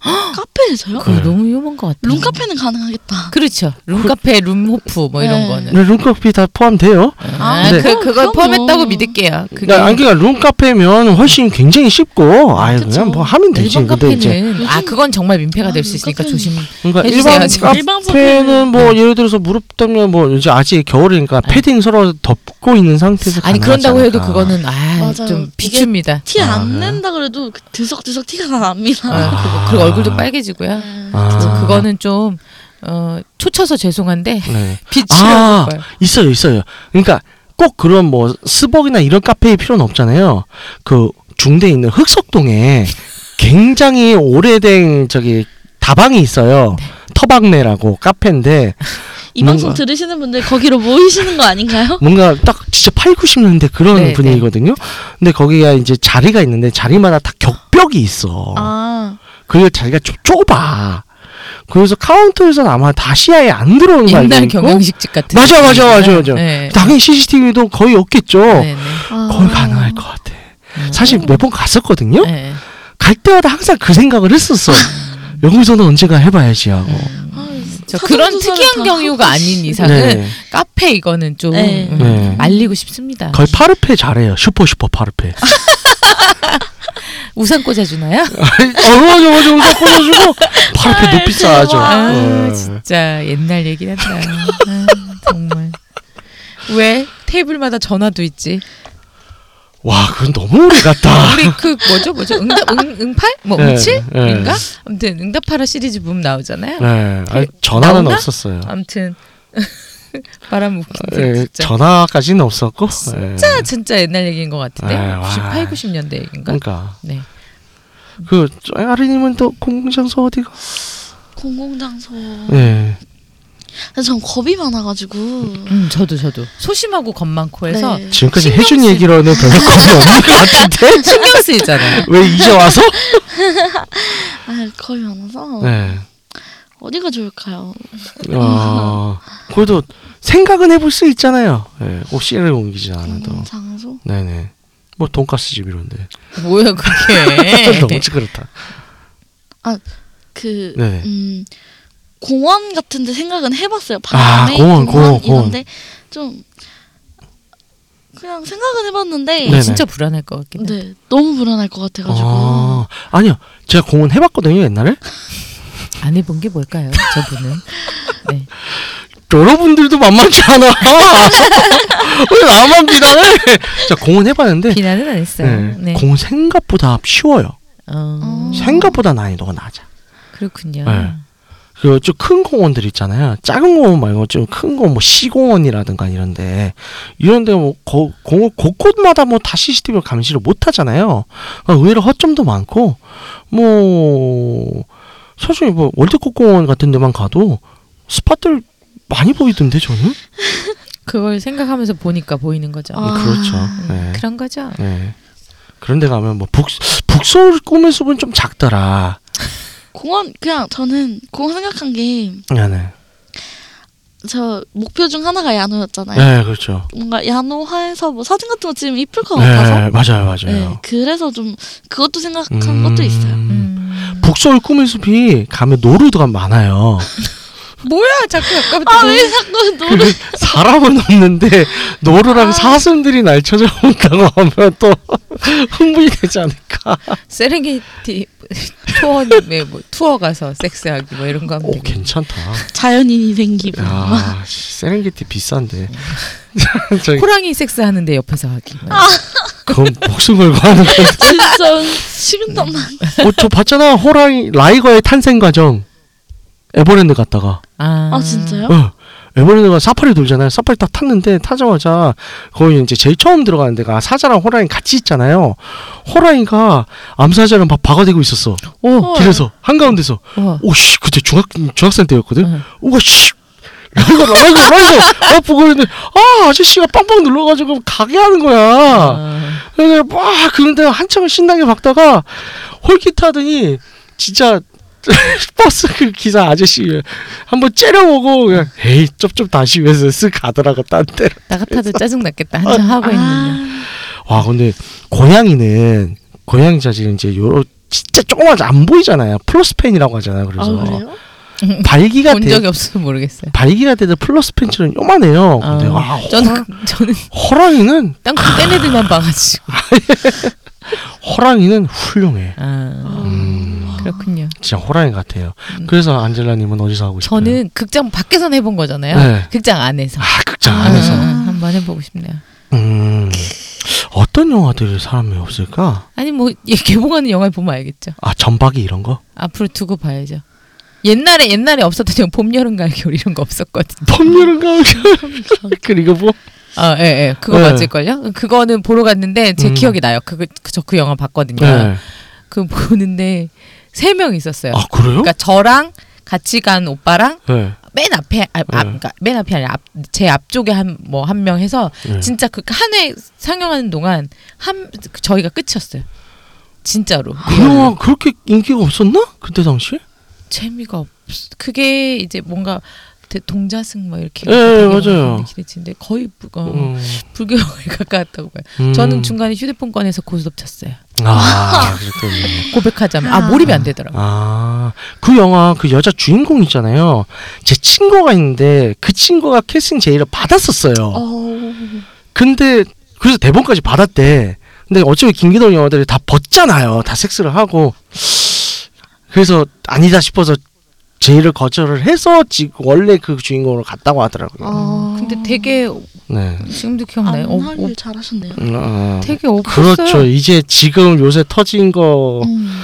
[SPEAKER 3] 어,
[SPEAKER 2] 카페에서요?
[SPEAKER 5] 그거 너무 위험한 것 같아
[SPEAKER 2] 룸카페는 가능하겠다.
[SPEAKER 5] 그렇죠 룸카페 룸호프 뭐 이런
[SPEAKER 2] 네.
[SPEAKER 5] 거는
[SPEAKER 3] 네, 룸카페 다 포함돼요.
[SPEAKER 5] 아,
[SPEAKER 3] 네.
[SPEAKER 5] 그 그걸
[SPEAKER 2] 그럼
[SPEAKER 5] 포함했다고
[SPEAKER 2] 뭐.
[SPEAKER 5] 믿을게요. 그게
[SPEAKER 3] 그러니까 아니, 그러니까 룸카페면 훨씬 굉장히 쉽고 아예 그냥 뭐 하면 되지.
[SPEAKER 5] 일반
[SPEAKER 3] 근데 이제
[SPEAKER 5] 카페는 아 그건 정말 민폐가 될 수 있으니까
[SPEAKER 2] 카페는-
[SPEAKER 5] 조심.
[SPEAKER 3] 그러니까
[SPEAKER 5] 해주세요,
[SPEAKER 3] 일반
[SPEAKER 5] 지금.
[SPEAKER 2] 일반
[SPEAKER 3] 카페는 뭐 예를 들어서 무릎 때문에 뭐 이제 아직 겨울이니까 패딩 서로 덮고 있는 상태에서
[SPEAKER 5] 네. 아니
[SPEAKER 3] 가능하지
[SPEAKER 5] 그런다고 해도
[SPEAKER 3] 않을까.
[SPEAKER 5] 그거는 아
[SPEAKER 2] 맞아요.
[SPEAKER 5] 좀
[SPEAKER 2] 이게-
[SPEAKER 5] 비춥니다.
[SPEAKER 2] 티
[SPEAKER 3] 아,
[SPEAKER 2] 안
[SPEAKER 3] 그래요?
[SPEAKER 2] 낸다 그래도 그 드석드석 티가 납니다.
[SPEAKER 5] 네. 아, 네. 그리고, 그리고 얼굴도 빨개지고요.
[SPEAKER 2] 네.
[SPEAKER 5] 그래서
[SPEAKER 3] 아.
[SPEAKER 5] 그거는 좀 어, 초쳐서 죄송한데
[SPEAKER 3] 네.
[SPEAKER 5] 비추려고
[SPEAKER 3] 아
[SPEAKER 5] 거예요.
[SPEAKER 3] 있어요 있어요. 그러니까 꼭 그런 뭐 스벅이나 이런 카페일 필요는 없잖아요. 그 중대에 있는 흑석동에 굉장히 오래된 저기 다방이 있어요.
[SPEAKER 5] 네.
[SPEAKER 3] 터방네라고 카페인데
[SPEAKER 2] 이 방송
[SPEAKER 3] 뭔가-
[SPEAKER 2] 들으시는 분들 거기로 모이시는 거 아닌가요?
[SPEAKER 3] 뭔가 딱 진짜 8, 90년대 그런
[SPEAKER 5] 네,
[SPEAKER 3] 분위기거든요. 근데 거기가 이제 자리가 있는데 자리마다 다 격벽이
[SPEAKER 5] 뭐.
[SPEAKER 3] 있어.
[SPEAKER 2] 아,
[SPEAKER 3] 그리고 자기가 좁, 좁아. 그래서 카운터에서는 아마 다 시야에 안 들어오는 거 알고
[SPEAKER 5] 옛날
[SPEAKER 3] 있고
[SPEAKER 5] 경양식집 같은.
[SPEAKER 3] 맞아, 맞아, 맞아, 맞아.
[SPEAKER 5] 네.
[SPEAKER 3] 당연히 CCTV도 거의 없겠죠.
[SPEAKER 5] 네, 네.
[SPEAKER 2] 아.
[SPEAKER 3] 거의 가능할 것 같아. 사실 몇 번 갔었거든요.
[SPEAKER 5] 음. 네.
[SPEAKER 3] 갈 때마다 항상 그 생각을 했었어.
[SPEAKER 5] 아.
[SPEAKER 3] 여기서는 언젠가 해봐야지 하고.
[SPEAKER 5] 네, 저 그런
[SPEAKER 2] 아, 사전조사를
[SPEAKER 5] 특이한
[SPEAKER 2] 다
[SPEAKER 5] 경유가
[SPEAKER 2] 하고
[SPEAKER 5] 아닌
[SPEAKER 2] 있-
[SPEAKER 5] 이상은 카페 이거는 좀
[SPEAKER 2] 네.
[SPEAKER 5] 음,
[SPEAKER 3] 네.
[SPEAKER 5] 말리고 싶습니다. 아.
[SPEAKER 3] 거의 파르페 잘해요. 슈퍼 슈퍼 파르페.
[SPEAKER 5] 우산 꽂아주나요?
[SPEAKER 3] 어 맞아 맞아 우산 꽂아주고 바로 앞에 높이 쌓아줘.
[SPEAKER 5] 아,
[SPEAKER 3] 어.
[SPEAKER 5] 진짜 옛날 얘기를 한다. 아, 정말. 왜 테이블마다 전화도 있지?
[SPEAKER 3] 와 그건 너무 오래 갔다.
[SPEAKER 5] 우리 그 뭐죠 뭐죠 응답 응, 응팔 뭐
[SPEAKER 3] 네,
[SPEAKER 5] 응칠인가?
[SPEAKER 3] 네.
[SPEAKER 5] 아무튼 응답하라 시리즈 보면 나오잖아요.
[SPEAKER 3] 네, 아니, 전화는
[SPEAKER 5] 나온다?
[SPEAKER 3] 없었어요.
[SPEAKER 5] 아무튼 바람 웃긴데
[SPEAKER 3] 예,
[SPEAKER 5] 진짜
[SPEAKER 3] 전화까지는 없었고. 예.
[SPEAKER 5] 진짜 진짜 옛날 얘기인 것 같은데
[SPEAKER 3] 아, 와.
[SPEAKER 5] 98, 90년대 얘기인가?
[SPEAKER 3] 그러니까
[SPEAKER 5] 네.
[SPEAKER 3] 그 쫑아리님은 또 공공장소 어디가?
[SPEAKER 5] 아.
[SPEAKER 2] 공공장소.
[SPEAKER 3] 네.
[SPEAKER 2] 근데 전 겁이 많아가지고.
[SPEAKER 5] 음 저도 저도 소심하고 겁 많고 해서
[SPEAKER 2] 네.
[SPEAKER 3] 지금까지
[SPEAKER 5] 신경
[SPEAKER 3] 해준
[SPEAKER 5] 쓰-
[SPEAKER 3] 얘기로는 별로 겁이 없는 것 같은데
[SPEAKER 5] 신경 쓰이잖아요.
[SPEAKER 3] 왜 이제 와서?
[SPEAKER 2] 아, 겁이
[SPEAKER 5] 어.
[SPEAKER 2] 많아서.
[SPEAKER 3] 네.
[SPEAKER 2] 어디가 좋을까요?
[SPEAKER 3] 어, 그래도 생각은 해볼 수 있잖아요. 예, 꼭 씨를 옮기지 않아도.
[SPEAKER 2] 음, 공공장소?
[SPEAKER 3] 네네. 뭐 돈가스 집 이런데.
[SPEAKER 5] 뭐야
[SPEAKER 3] 너무 네,
[SPEAKER 5] 그게?
[SPEAKER 3] 찌그렇다.
[SPEAKER 2] 그,
[SPEAKER 3] 네네.
[SPEAKER 2] 음, 공원 같은데 생각은 해봤어요.
[SPEAKER 3] 아,
[SPEAKER 2] 밤에
[SPEAKER 3] 공원,
[SPEAKER 2] 공원,
[SPEAKER 3] 공원, 공원.
[SPEAKER 2] 이런데 좀 그냥 생각은 해봤는데
[SPEAKER 3] 네네.
[SPEAKER 5] 진짜 불안할 것 같긴 해.
[SPEAKER 2] 네 너무 불안할 것 같아가지고
[SPEAKER 3] 아, 아니요. 제가 공원 해봤거든요 옛날에.
[SPEAKER 5] 안 해본 게 뭘까요? 저분은 네.
[SPEAKER 3] 여러분들도 만만치 않아. 왜 나만 비난해? 자 공원 해봤는데.
[SPEAKER 5] 비난은 안 했어요.
[SPEAKER 3] 네.
[SPEAKER 5] 네.
[SPEAKER 3] 공원 생각보다 쉬워요.
[SPEAKER 5] 어,
[SPEAKER 3] 생각보다 난이도가 낮아.
[SPEAKER 5] 그렇군요.
[SPEAKER 3] 네. 그리고 좀 큰 공원들 있잖아요. 작은 공원 말고 좀 큰 공원, 뭐 시공원이라든가 이런데 이런데 뭐 거, 공, 곳곳마다 뭐 다 CCTV로 감시를 못 하잖아요. 그러니까 의외로 허점도 많고 뭐 사실 뭐 월드컵 공원 같은 데만 가도 스팟들 많이 보이던데 저는.
[SPEAKER 5] 그걸 생각하면서 보니까 보이는 거죠.
[SPEAKER 2] 아.
[SPEAKER 3] 그렇죠.
[SPEAKER 5] 음,
[SPEAKER 3] 네.
[SPEAKER 5] 그런 거죠.
[SPEAKER 3] 네. 그런데 가면 뭐 북, 북서울 꿈의 숲은 좀 작더라.
[SPEAKER 2] 공원 그냥 저는 공원 생각한
[SPEAKER 3] 네, 네.
[SPEAKER 2] 게 저 목표 중 하나가 야노였잖아요
[SPEAKER 3] 네, 그렇죠.
[SPEAKER 2] 뭔가 야노화해서 뭐 사진 같은 거 찍으면 이쁠 것 같아서
[SPEAKER 3] 네, 맞아요, 맞아요.
[SPEAKER 2] 네, 그래서 좀 그것도 생각한
[SPEAKER 3] 음.
[SPEAKER 2] 것도 있어요
[SPEAKER 5] 음.
[SPEAKER 3] 북서울 꿈의 숲이 가면 노루가 많아요.
[SPEAKER 5] 뭐야 자꾸 아까부터 그
[SPEAKER 2] 아 왜 자꾸 노
[SPEAKER 3] 근데 사람은 없는데 노루랑 사슴들이 날 찾아온다고 하면 또 흥분이 되지 않을까?
[SPEAKER 5] 세렝게티 투어님의 뭐 투어 가서 섹스하기 뭐 이런 거 하면
[SPEAKER 3] 오
[SPEAKER 5] 되겠네.
[SPEAKER 3] 괜찮다.
[SPEAKER 2] 자연인이 생기고
[SPEAKER 3] 아. 야 씨, 세렝게티 비싼데. 저기
[SPEAKER 5] 호랑이 섹스하는데 옆에서 하기. 뭐.
[SPEAKER 3] 그건 목숨 걸고 하는 거.
[SPEAKER 2] 진짜 식은땀 나
[SPEAKER 3] 어저 봤잖아 호랑이 라이거의 탄생 과정. 에버랜드 갔다가.
[SPEAKER 5] 아,
[SPEAKER 2] 아 진짜요?
[SPEAKER 3] 어, 에버랜드가 사파리 돌잖아요. 사파리 딱 탔는데 타자마자 거의 이제 제일 처음 들어가는 데가 사자랑 호랑이 같이 있잖아요. 호랑이가 암사자랑 막 박아대고 있었어.
[SPEAKER 5] 오,
[SPEAKER 3] 길에서 한가운데서
[SPEAKER 5] 우와.
[SPEAKER 3] 오씨 그때 중학 중학생 때였거든.
[SPEAKER 5] 응.
[SPEAKER 3] 오가 씨 라이거 라이거 라이거 아 보고 있는데 아 아저씨가 빵빵 눌러가지고 가게 하는 거야.
[SPEAKER 5] 아,
[SPEAKER 3] 그래서 막 그런데 한참 신나게 박다가 홀깃하더니 진짜 버스 그 기사 아저씨 한번 째려보고 그냥 에이 쩝쩝 다시 해서 쓱 가더라고 딴 데로.
[SPEAKER 5] 나 같아도 아. 짜증 났겠다. 한참 하고 있는데.
[SPEAKER 3] 와 근데 고양이는 고양이 자질은 이제 요런 진짜 조그만 안 보이잖아요. 플러스펜이라고 하잖아요.
[SPEAKER 2] 아
[SPEAKER 3] 그래서
[SPEAKER 2] 그래요?
[SPEAKER 3] 발기가
[SPEAKER 5] 본
[SPEAKER 3] 되,
[SPEAKER 5] 적이 없어서 모르겠어요.
[SPEAKER 3] 발기가 돼도 플러스펜처럼 요만해요. 어, 근데
[SPEAKER 5] 아,
[SPEAKER 3] 와,
[SPEAKER 5] 저는 저는
[SPEAKER 3] 호- 호랑이는
[SPEAKER 5] 땅콩 떼내들만 봐가지고.
[SPEAKER 3] 호랑이는 훌륭해.
[SPEAKER 5] 아,
[SPEAKER 3] 음,
[SPEAKER 5] 그렇군요.
[SPEAKER 3] 진짜 호랑이 같아요.
[SPEAKER 5] 음.
[SPEAKER 3] 그래서 안젤라님은 어디서 하고 싶어요?
[SPEAKER 5] 저는 극장 밖에서 해본 거잖아요.
[SPEAKER 3] 네.
[SPEAKER 5] 극장 안에서.
[SPEAKER 3] 아 극장 안에서
[SPEAKER 5] 아, 한번 해보고 싶네요.
[SPEAKER 3] 음, 어떤 영화들이 사람이 없을까?
[SPEAKER 5] 아니 뭐 얘 개봉하는 영화를 보면 알겠죠.
[SPEAKER 3] 아 전박이 이런 거?
[SPEAKER 5] 앞으로 두고 봐야죠. 옛날에 옛날에 없었던 저 봄, 여름, 가을, 겨울 이런 거 없었거든.
[SPEAKER 3] 봄여름 가을 그리고 뭐?
[SPEAKER 5] 아, 예, 예. 그거
[SPEAKER 3] 네.
[SPEAKER 5] 맞을걸요? 그거는 보러 갔는데 제
[SPEAKER 3] 음.
[SPEAKER 5] 기억이 나요. 그거 저그 영화 봤거든요.
[SPEAKER 3] 네.
[SPEAKER 5] 그 보는데 세 명 있었어요.
[SPEAKER 3] 아 그래요?
[SPEAKER 5] 그러니까 저랑 같이 간 오빠랑
[SPEAKER 3] 네.
[SPEAKER 5] 맨 앞에 아, 앞, 그러니까 맨 앞이 아니라 앞, 제 앞쪽에 한 뭐 한 명 해서
[SPEAKER 3] 네.
[SPEAKER 5] 진짜 그한회 상영하는 동안 한 저희가 끝이었어요. 진짜로.
[SPEAKER 3] 그 영화 그렇게 인기가 없었나? 그때 당시?
[SPEAKER 5] 재미가 없. 그게 이제 뭔가 대- 동자승 뭐 이렇게
[SPEAKER 3] 예,
[SPEAKER 5] 되게
[SPEAKER 3] 맞아요.
[SPEAKER 5] 많은 기대치인데 거의 부, 어, 불교에 가까웠다고 봐요.
[SPEAKER 3] 음.
[SPEAKER 5] 저는 중간에 휴대폰 꺼내서 고스톱 쳤어요.
[SPEAKER 3] 아 그랬군요.
[SPEAKER 5] 고백하자면 아 몰입이 안 되더라고. 요
[SPEAKER 3] 아그 영화 그 여자 주인공 있잖아요. 제 친구가 있는데 그 친구가 캐스팅 제의를 받았었어요.
[SPEAKER 2] 어...
[SPEAKER 3] 근데 그래서 대본까지 받았대. 근데 어차피 김기동 영화들이 다 버, 했잖아요. 다 섹스를 하고 그래서 아니다 싶어서 제의를 거절을 해서 지 원래 그 주인공으로 갔다고 하더라고요.
[SPEAKER 5] 어.
[SPEAKER 8] 근데 되게
[SPEAKER 3] 네.
[SPEAKER 8] 지금도 기억나요. 어,
[SPEAKER 2] 아. 안할
[SPEAKER 8] 어,
[SPEAKER 2] 일 잘하셨네요.
[SPEAKER 3] 음, 어,
[SPEAKER 8] 되게 없었어요.
[SPEAKER 3] 그렇죠. 이제 지금 요새 터진
[SPEAKER 5] 어.
[SPEAKER 3] 거
[SPEAKER 2] 음.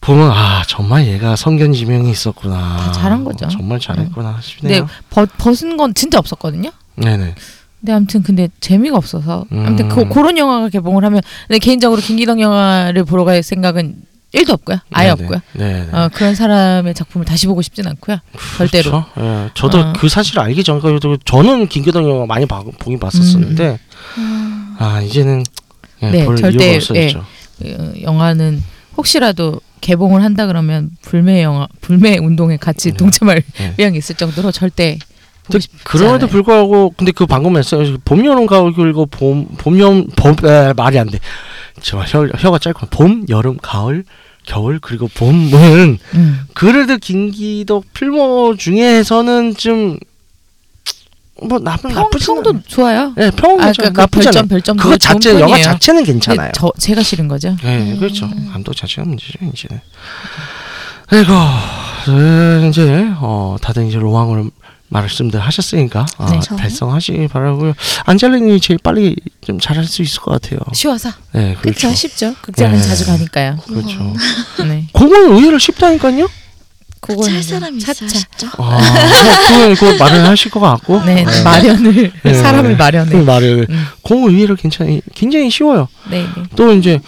[SPEAKER 3] 보면 아 정말 얘가 성견 지명이 있었구나. 어,
[SPEAKER 5] 다 잘한 거죠.
[SPEAKER 3] 정말 잘했구나 싶네요.
[SPEAKER 8] 네, 벗, 벗은 건 진짜 없었거든요.
[SPEAKER 3] 네, 네.
[SPEAKER 5] 근데 아무튼 근데 재미가 없어서 아무튼 그,
[SPEAKER 3] 음.
[SPEAKER 5] 그런 영화가 개봉을 하면 근데 개인적으로 김기덕 영화를 보러 갈 생각은 1도 없고요. 아예
[SPEAKER 3] 네,
[SPEAKER 5] 없고요.
[SPEAKER 3] 네, 네.
[SPEAKER 5] 어, 그런 사람의 작품을 다시 보고 싶진 않고요. 절대로.
[SPEAKER 3] 그렇죠. 예, 저도
[SPEAKER 5] 어.
[SPEAKER 3] 그 사실 알기 전까지도 저는 김교동 영화 많이 봐, 보긴
[SPEAKER 5] 음.
[SPEAKER 3] 봤었었는데
[SPEAKER 2] 아,
[SPEAKER 3] 아 이제는 예,
[SPEAKER 5] 네,
[SPEAKER 3] 볼
[SPEAKER 5] 절대,
[SPEAKER 3] 이유가 없어졌죠.
[SPEAKER 5] 어, 영화는 혹시라도 개봉을 한다 그러면 불매 영화 불매 운동에 같이
[SPEAKER 3] 네.
[SPEAKER 5] 동참할
[SPEAKER 3] 네.
[SPEAKER 5] 의향이 있을 정도로 절대 보고
[SPEAKER 3] 근데
[SPEAKER 5] 싶지
[SPEAKER 3] 그럼에도
[SPEAKER 5] 않아요.
[SPEAKER 3] 불구하고 근데 그 방금 말씀 봄 여름 가을 그리고 봄 봄여름 봄 에, 말이 안 돼. 정말 혀, 혀가 짧고 봄 여름 가을 겨울 그리고 봄은
[SPEAKER 5] 음.
[SPEAKER 3] 그래도 김기덕 필모 중에서는 좀뭐 뭐 나쁜
[SPEAKER 5] 평,
[SPEAKER 3] 나쁘지
[SPEAKER 5] 평도 좋아요.
[SPEAKER 3] 예, 평은
[SPEAKER 5] 아,
[SPEAKER 3] 괜찮아요.
[SPEAKER 5] 그러니까 그
[SPEAKER 3] 나쁘지
[SPEAKER 5] 별점
[SPEAKER 3] 않아요.
[SPEAKER 5] 별점
[SPEAKER 3] 그거 자체 영화 자체는 괜찮아요.
[SPEAKER 5] 저 제가 싫은 거죠.
[SPEAKER 3] 네, 그렇죠. 감독 자체가 문제죠, 이제는. 아이고, 네, 이제 어, 다들 이제 로망으로 말씀들 하셨으니까 아,
[SPEAKER 5] 네.
[SPEAKER 3] 달성하시기 바라고요. 안젤린이 제일 빨리 좀 잘할 수 있을 것 같아요.
[SPEAKER 5] 쉬워서
[SPEAKER 3] 네,
[SPEAKER 5] 그렇죠.
[SPEAKER 3] 그렇죠.
[SPEAKER 5] 쉽죠. 극장은
[SPEAKER 3] 네.
[SPEAKER 5] 자주 가니까요.
[SPEAKER 3] 그렇죠.
[SPEAKER 5] 네.
[SPEAKER 3] 그건 의외로 쉽다니까요.
[SPEAKER 5] 그거는
[SPEAKER 2] 찰
[SPEAKER 5] 이제
[SPEAKER 2] 사람이
[SPEAKER 5] 차차.
[SPEAKER 2] 있어야 쉽죠.
[SPEAKER 3] 아, 그건 그 말을 하실 것 같고.
[SPEAKER 5] 네, 마련을
[SPEAKER 3] 네.
[SPEAKER 5] 사람을 마련해.
[SPEAKER 3] 그 말을
[SPEAKER 5] 음.
[SPEAKER 3] 공은 의외로 괜찮이 굉장히 쉬워요.
[SPEAKER 5] 네, 네.
[SPEAKER 3] 또 이제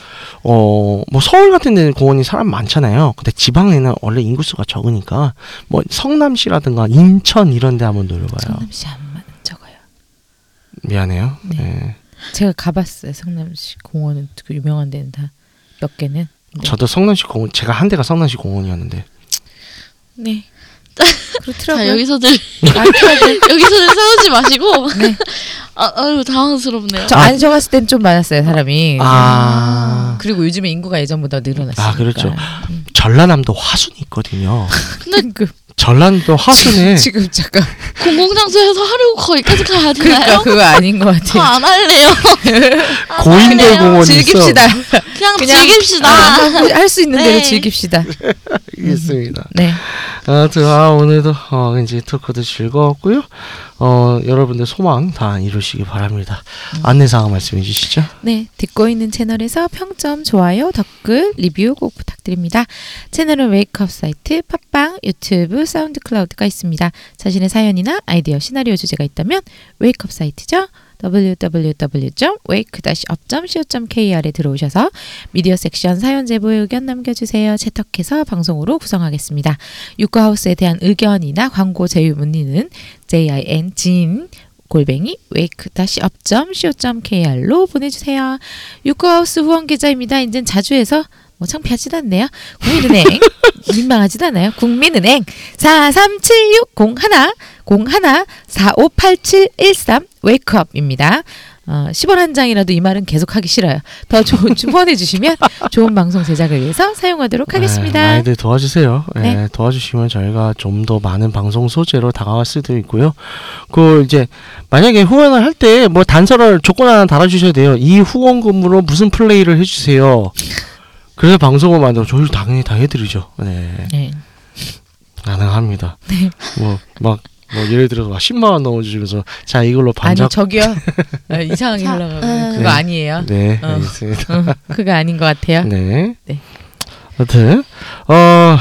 [SPEAKER 3] 어 뭐 서울 같은 데는 공원이 사람 많잖아요. 근데 지방에는 원래 인구수가 적으니까 뭐 성남시라든가 인천 이런 데 한번 놀러 가요.
[SPEAKER 5] 성남시 안만 적어요.
[SPEAKER 3] 미안해요.
[SPEAKER 5] 네.
[SPEAKER 3] 예.
[SPEAKER 5] 제가 가봤어요. 성남시 공원은 그 유명한 데는 다 몇 개는. 네.
[SPEAKER 3] 저도 성남시 공원 제가 한 대가 성남시 공원이었는데
[SPEAKER 5] 네.
[SPEAKER 2] 자
[SPEAKER 5] 아, 그렇더라고요.
[SPEAKER 2] 여기서들 여기서들 싸우지 마시고
[SPEAKER 5] 네.
[SPEAKER 2] 아, 아유 당황스럽네요.
[SPEAKER 5] 저 안쉬어 갔을 땐 좀 많았어요 사람이.
[SPEAKER 3] 아
[SPEAKER 5] 그리고 요즘에 인구가 예전보다 늘어났으니까.
[SPEAKER 3] 아, 그렇죠. 전라남도 화순이 있거든요.
[SPEAKER 5] 근데
[SPEAKER 3] 전라남도 화순에
[SPEAKER 5] 그 지금 잠깐
[SPEAKER 2] 공공장소에서 하려고 거기까지 가야
[SPEAKER 5] 그러니까
[SPEAKER 2] 되나요?
[SPEAKER 5] 그거 아닌 것 같아요. 네.
[SPEAKER 2] 저안 할래요. 안
[SPEAKER 3] 고인돌
[SPEAKER 2] 할래요.
[SPEAKER 3] 공원이
[SPEAKER 5] 즐깁시다.
[SPEAKER 2] 그냥,
[SPEAKER 5] 그냥- 아.
[SPEAKER 2] 즐깁시다.
[SPEAKER 5] 할 수 있는 대로
[SPEAKER 2] 네.
[SPEAKER 5] 즐깁시다.
[SPEAKER 3] 있어 있습니다.
[SPEAKER 5] 네.
[SPEAKER 3] 아무튼 아 오늘도 어, 왠지 토크도 즐거웠고요. 어 여러분들 소망 다 이루시기 바랍니다. 안내사항 말씀해 주시죠.
[SPEAKER 5] 네, 듣고 있는 채널에서 평점, 좋아요, 댓글, 리뷰 꼭 부탁드립니다. 채널은 웨이크업 사이트, 팟빵, 유튜브, 사운드 클라우드가 있습니다. 자신의 사연이나 아이디어, 시나리오 주제가 있다면 웨이크업 사이트죠. www.wake-up.co.kr에 들어오셔서 미디어 섹션 사연 제보 의견 남겨주세요. 채택해서 방송으로 구성하겠습니다. 유쿠하우스에 대한 의견이나 광고 제휴 문의는 jin 진 골뱅이 wake-up.co.kr로 보내주세요. 유쿠하우스 후원 계좌입니다. 이젠 자주 해서 뭐 창피하지도 않네요. 국민은행 민망하지도 않아요. 국민은행 43760101458713 웨이크업입니다. 어, 10원 한 장이라도 이 말은 계속하기 싫어요. 더 좋은 후원해 주시면 좋은 방송 제작을 위해서 사용하도록
[SPEAKER 3] 네,
[SPEAKER 5] 하겠습니다.
[SPEAKER 3] 많이들 도와주세요. 예,
[SPEAKER 5] 네.
[SPEAKER 3] 도와주시면 저희가 좀 더 많은 방송 소재로 다가갈 수도 있고요. 그 이제 만약에 후원을 할 때 뭐 단서를 조건 하나 달아주셔야 돼요. 이 후원금으로 무슨 플레이를 해주세요. 그래서 방송을 만들어 저희 당연히 다 해드리죠. 네,
[SPEAKER 5] 네.
[SPEAKER 3] 가능합니다. 뭐막뭐 예를 들어서 막 10만 원 넣어주면서 자 이걸로
[SPEAKER 5] 아니
[SPEAKER 3] 반짝
[SPEAKER 5] 저기요 아, 이상하게
[SPEAKER 2] 자,
[SPEAKER 5] 흘러가면
[SPEAKER 2] 음.
[SPEAKER 3] 네.
[SPEAKER 5] 그거 아니에요.
[SPEAKER 3] 네
[SPEAKER 5] 어.
[SPEAKER 3] 알겠습니다.
[SPEAKER 5] 응, 그거 아닌 것 같아요.
[SPEAKER 3] 네.
[SPEAKER 5] 네.
[SPEAKER 3] 아무튼 어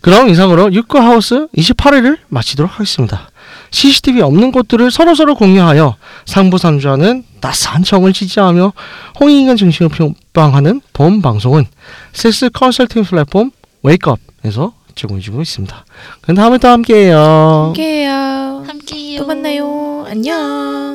[SPEAKER 3] 그럼 이상으로 육구 하우스 28회를 마치도록 하겠습니다. CCTV 없는 곳들을 서로서로 공유하여 상부상조하는 낯선 정을 지지하며 홍익인간 정신을 표방하는 봄 방송은 섹스 컨설팅 플랫폼 웨이크업에서 제공해주고
[SPEAKER 5] 네.
[SPEAKER 3] 있습니다. 그럼 다음에 또 함께해요.
[SPEAKER 5] 함께해요.
[SPEAKER 2] 함께요.
[SPEAKER 5] 또 만나요. 안녕.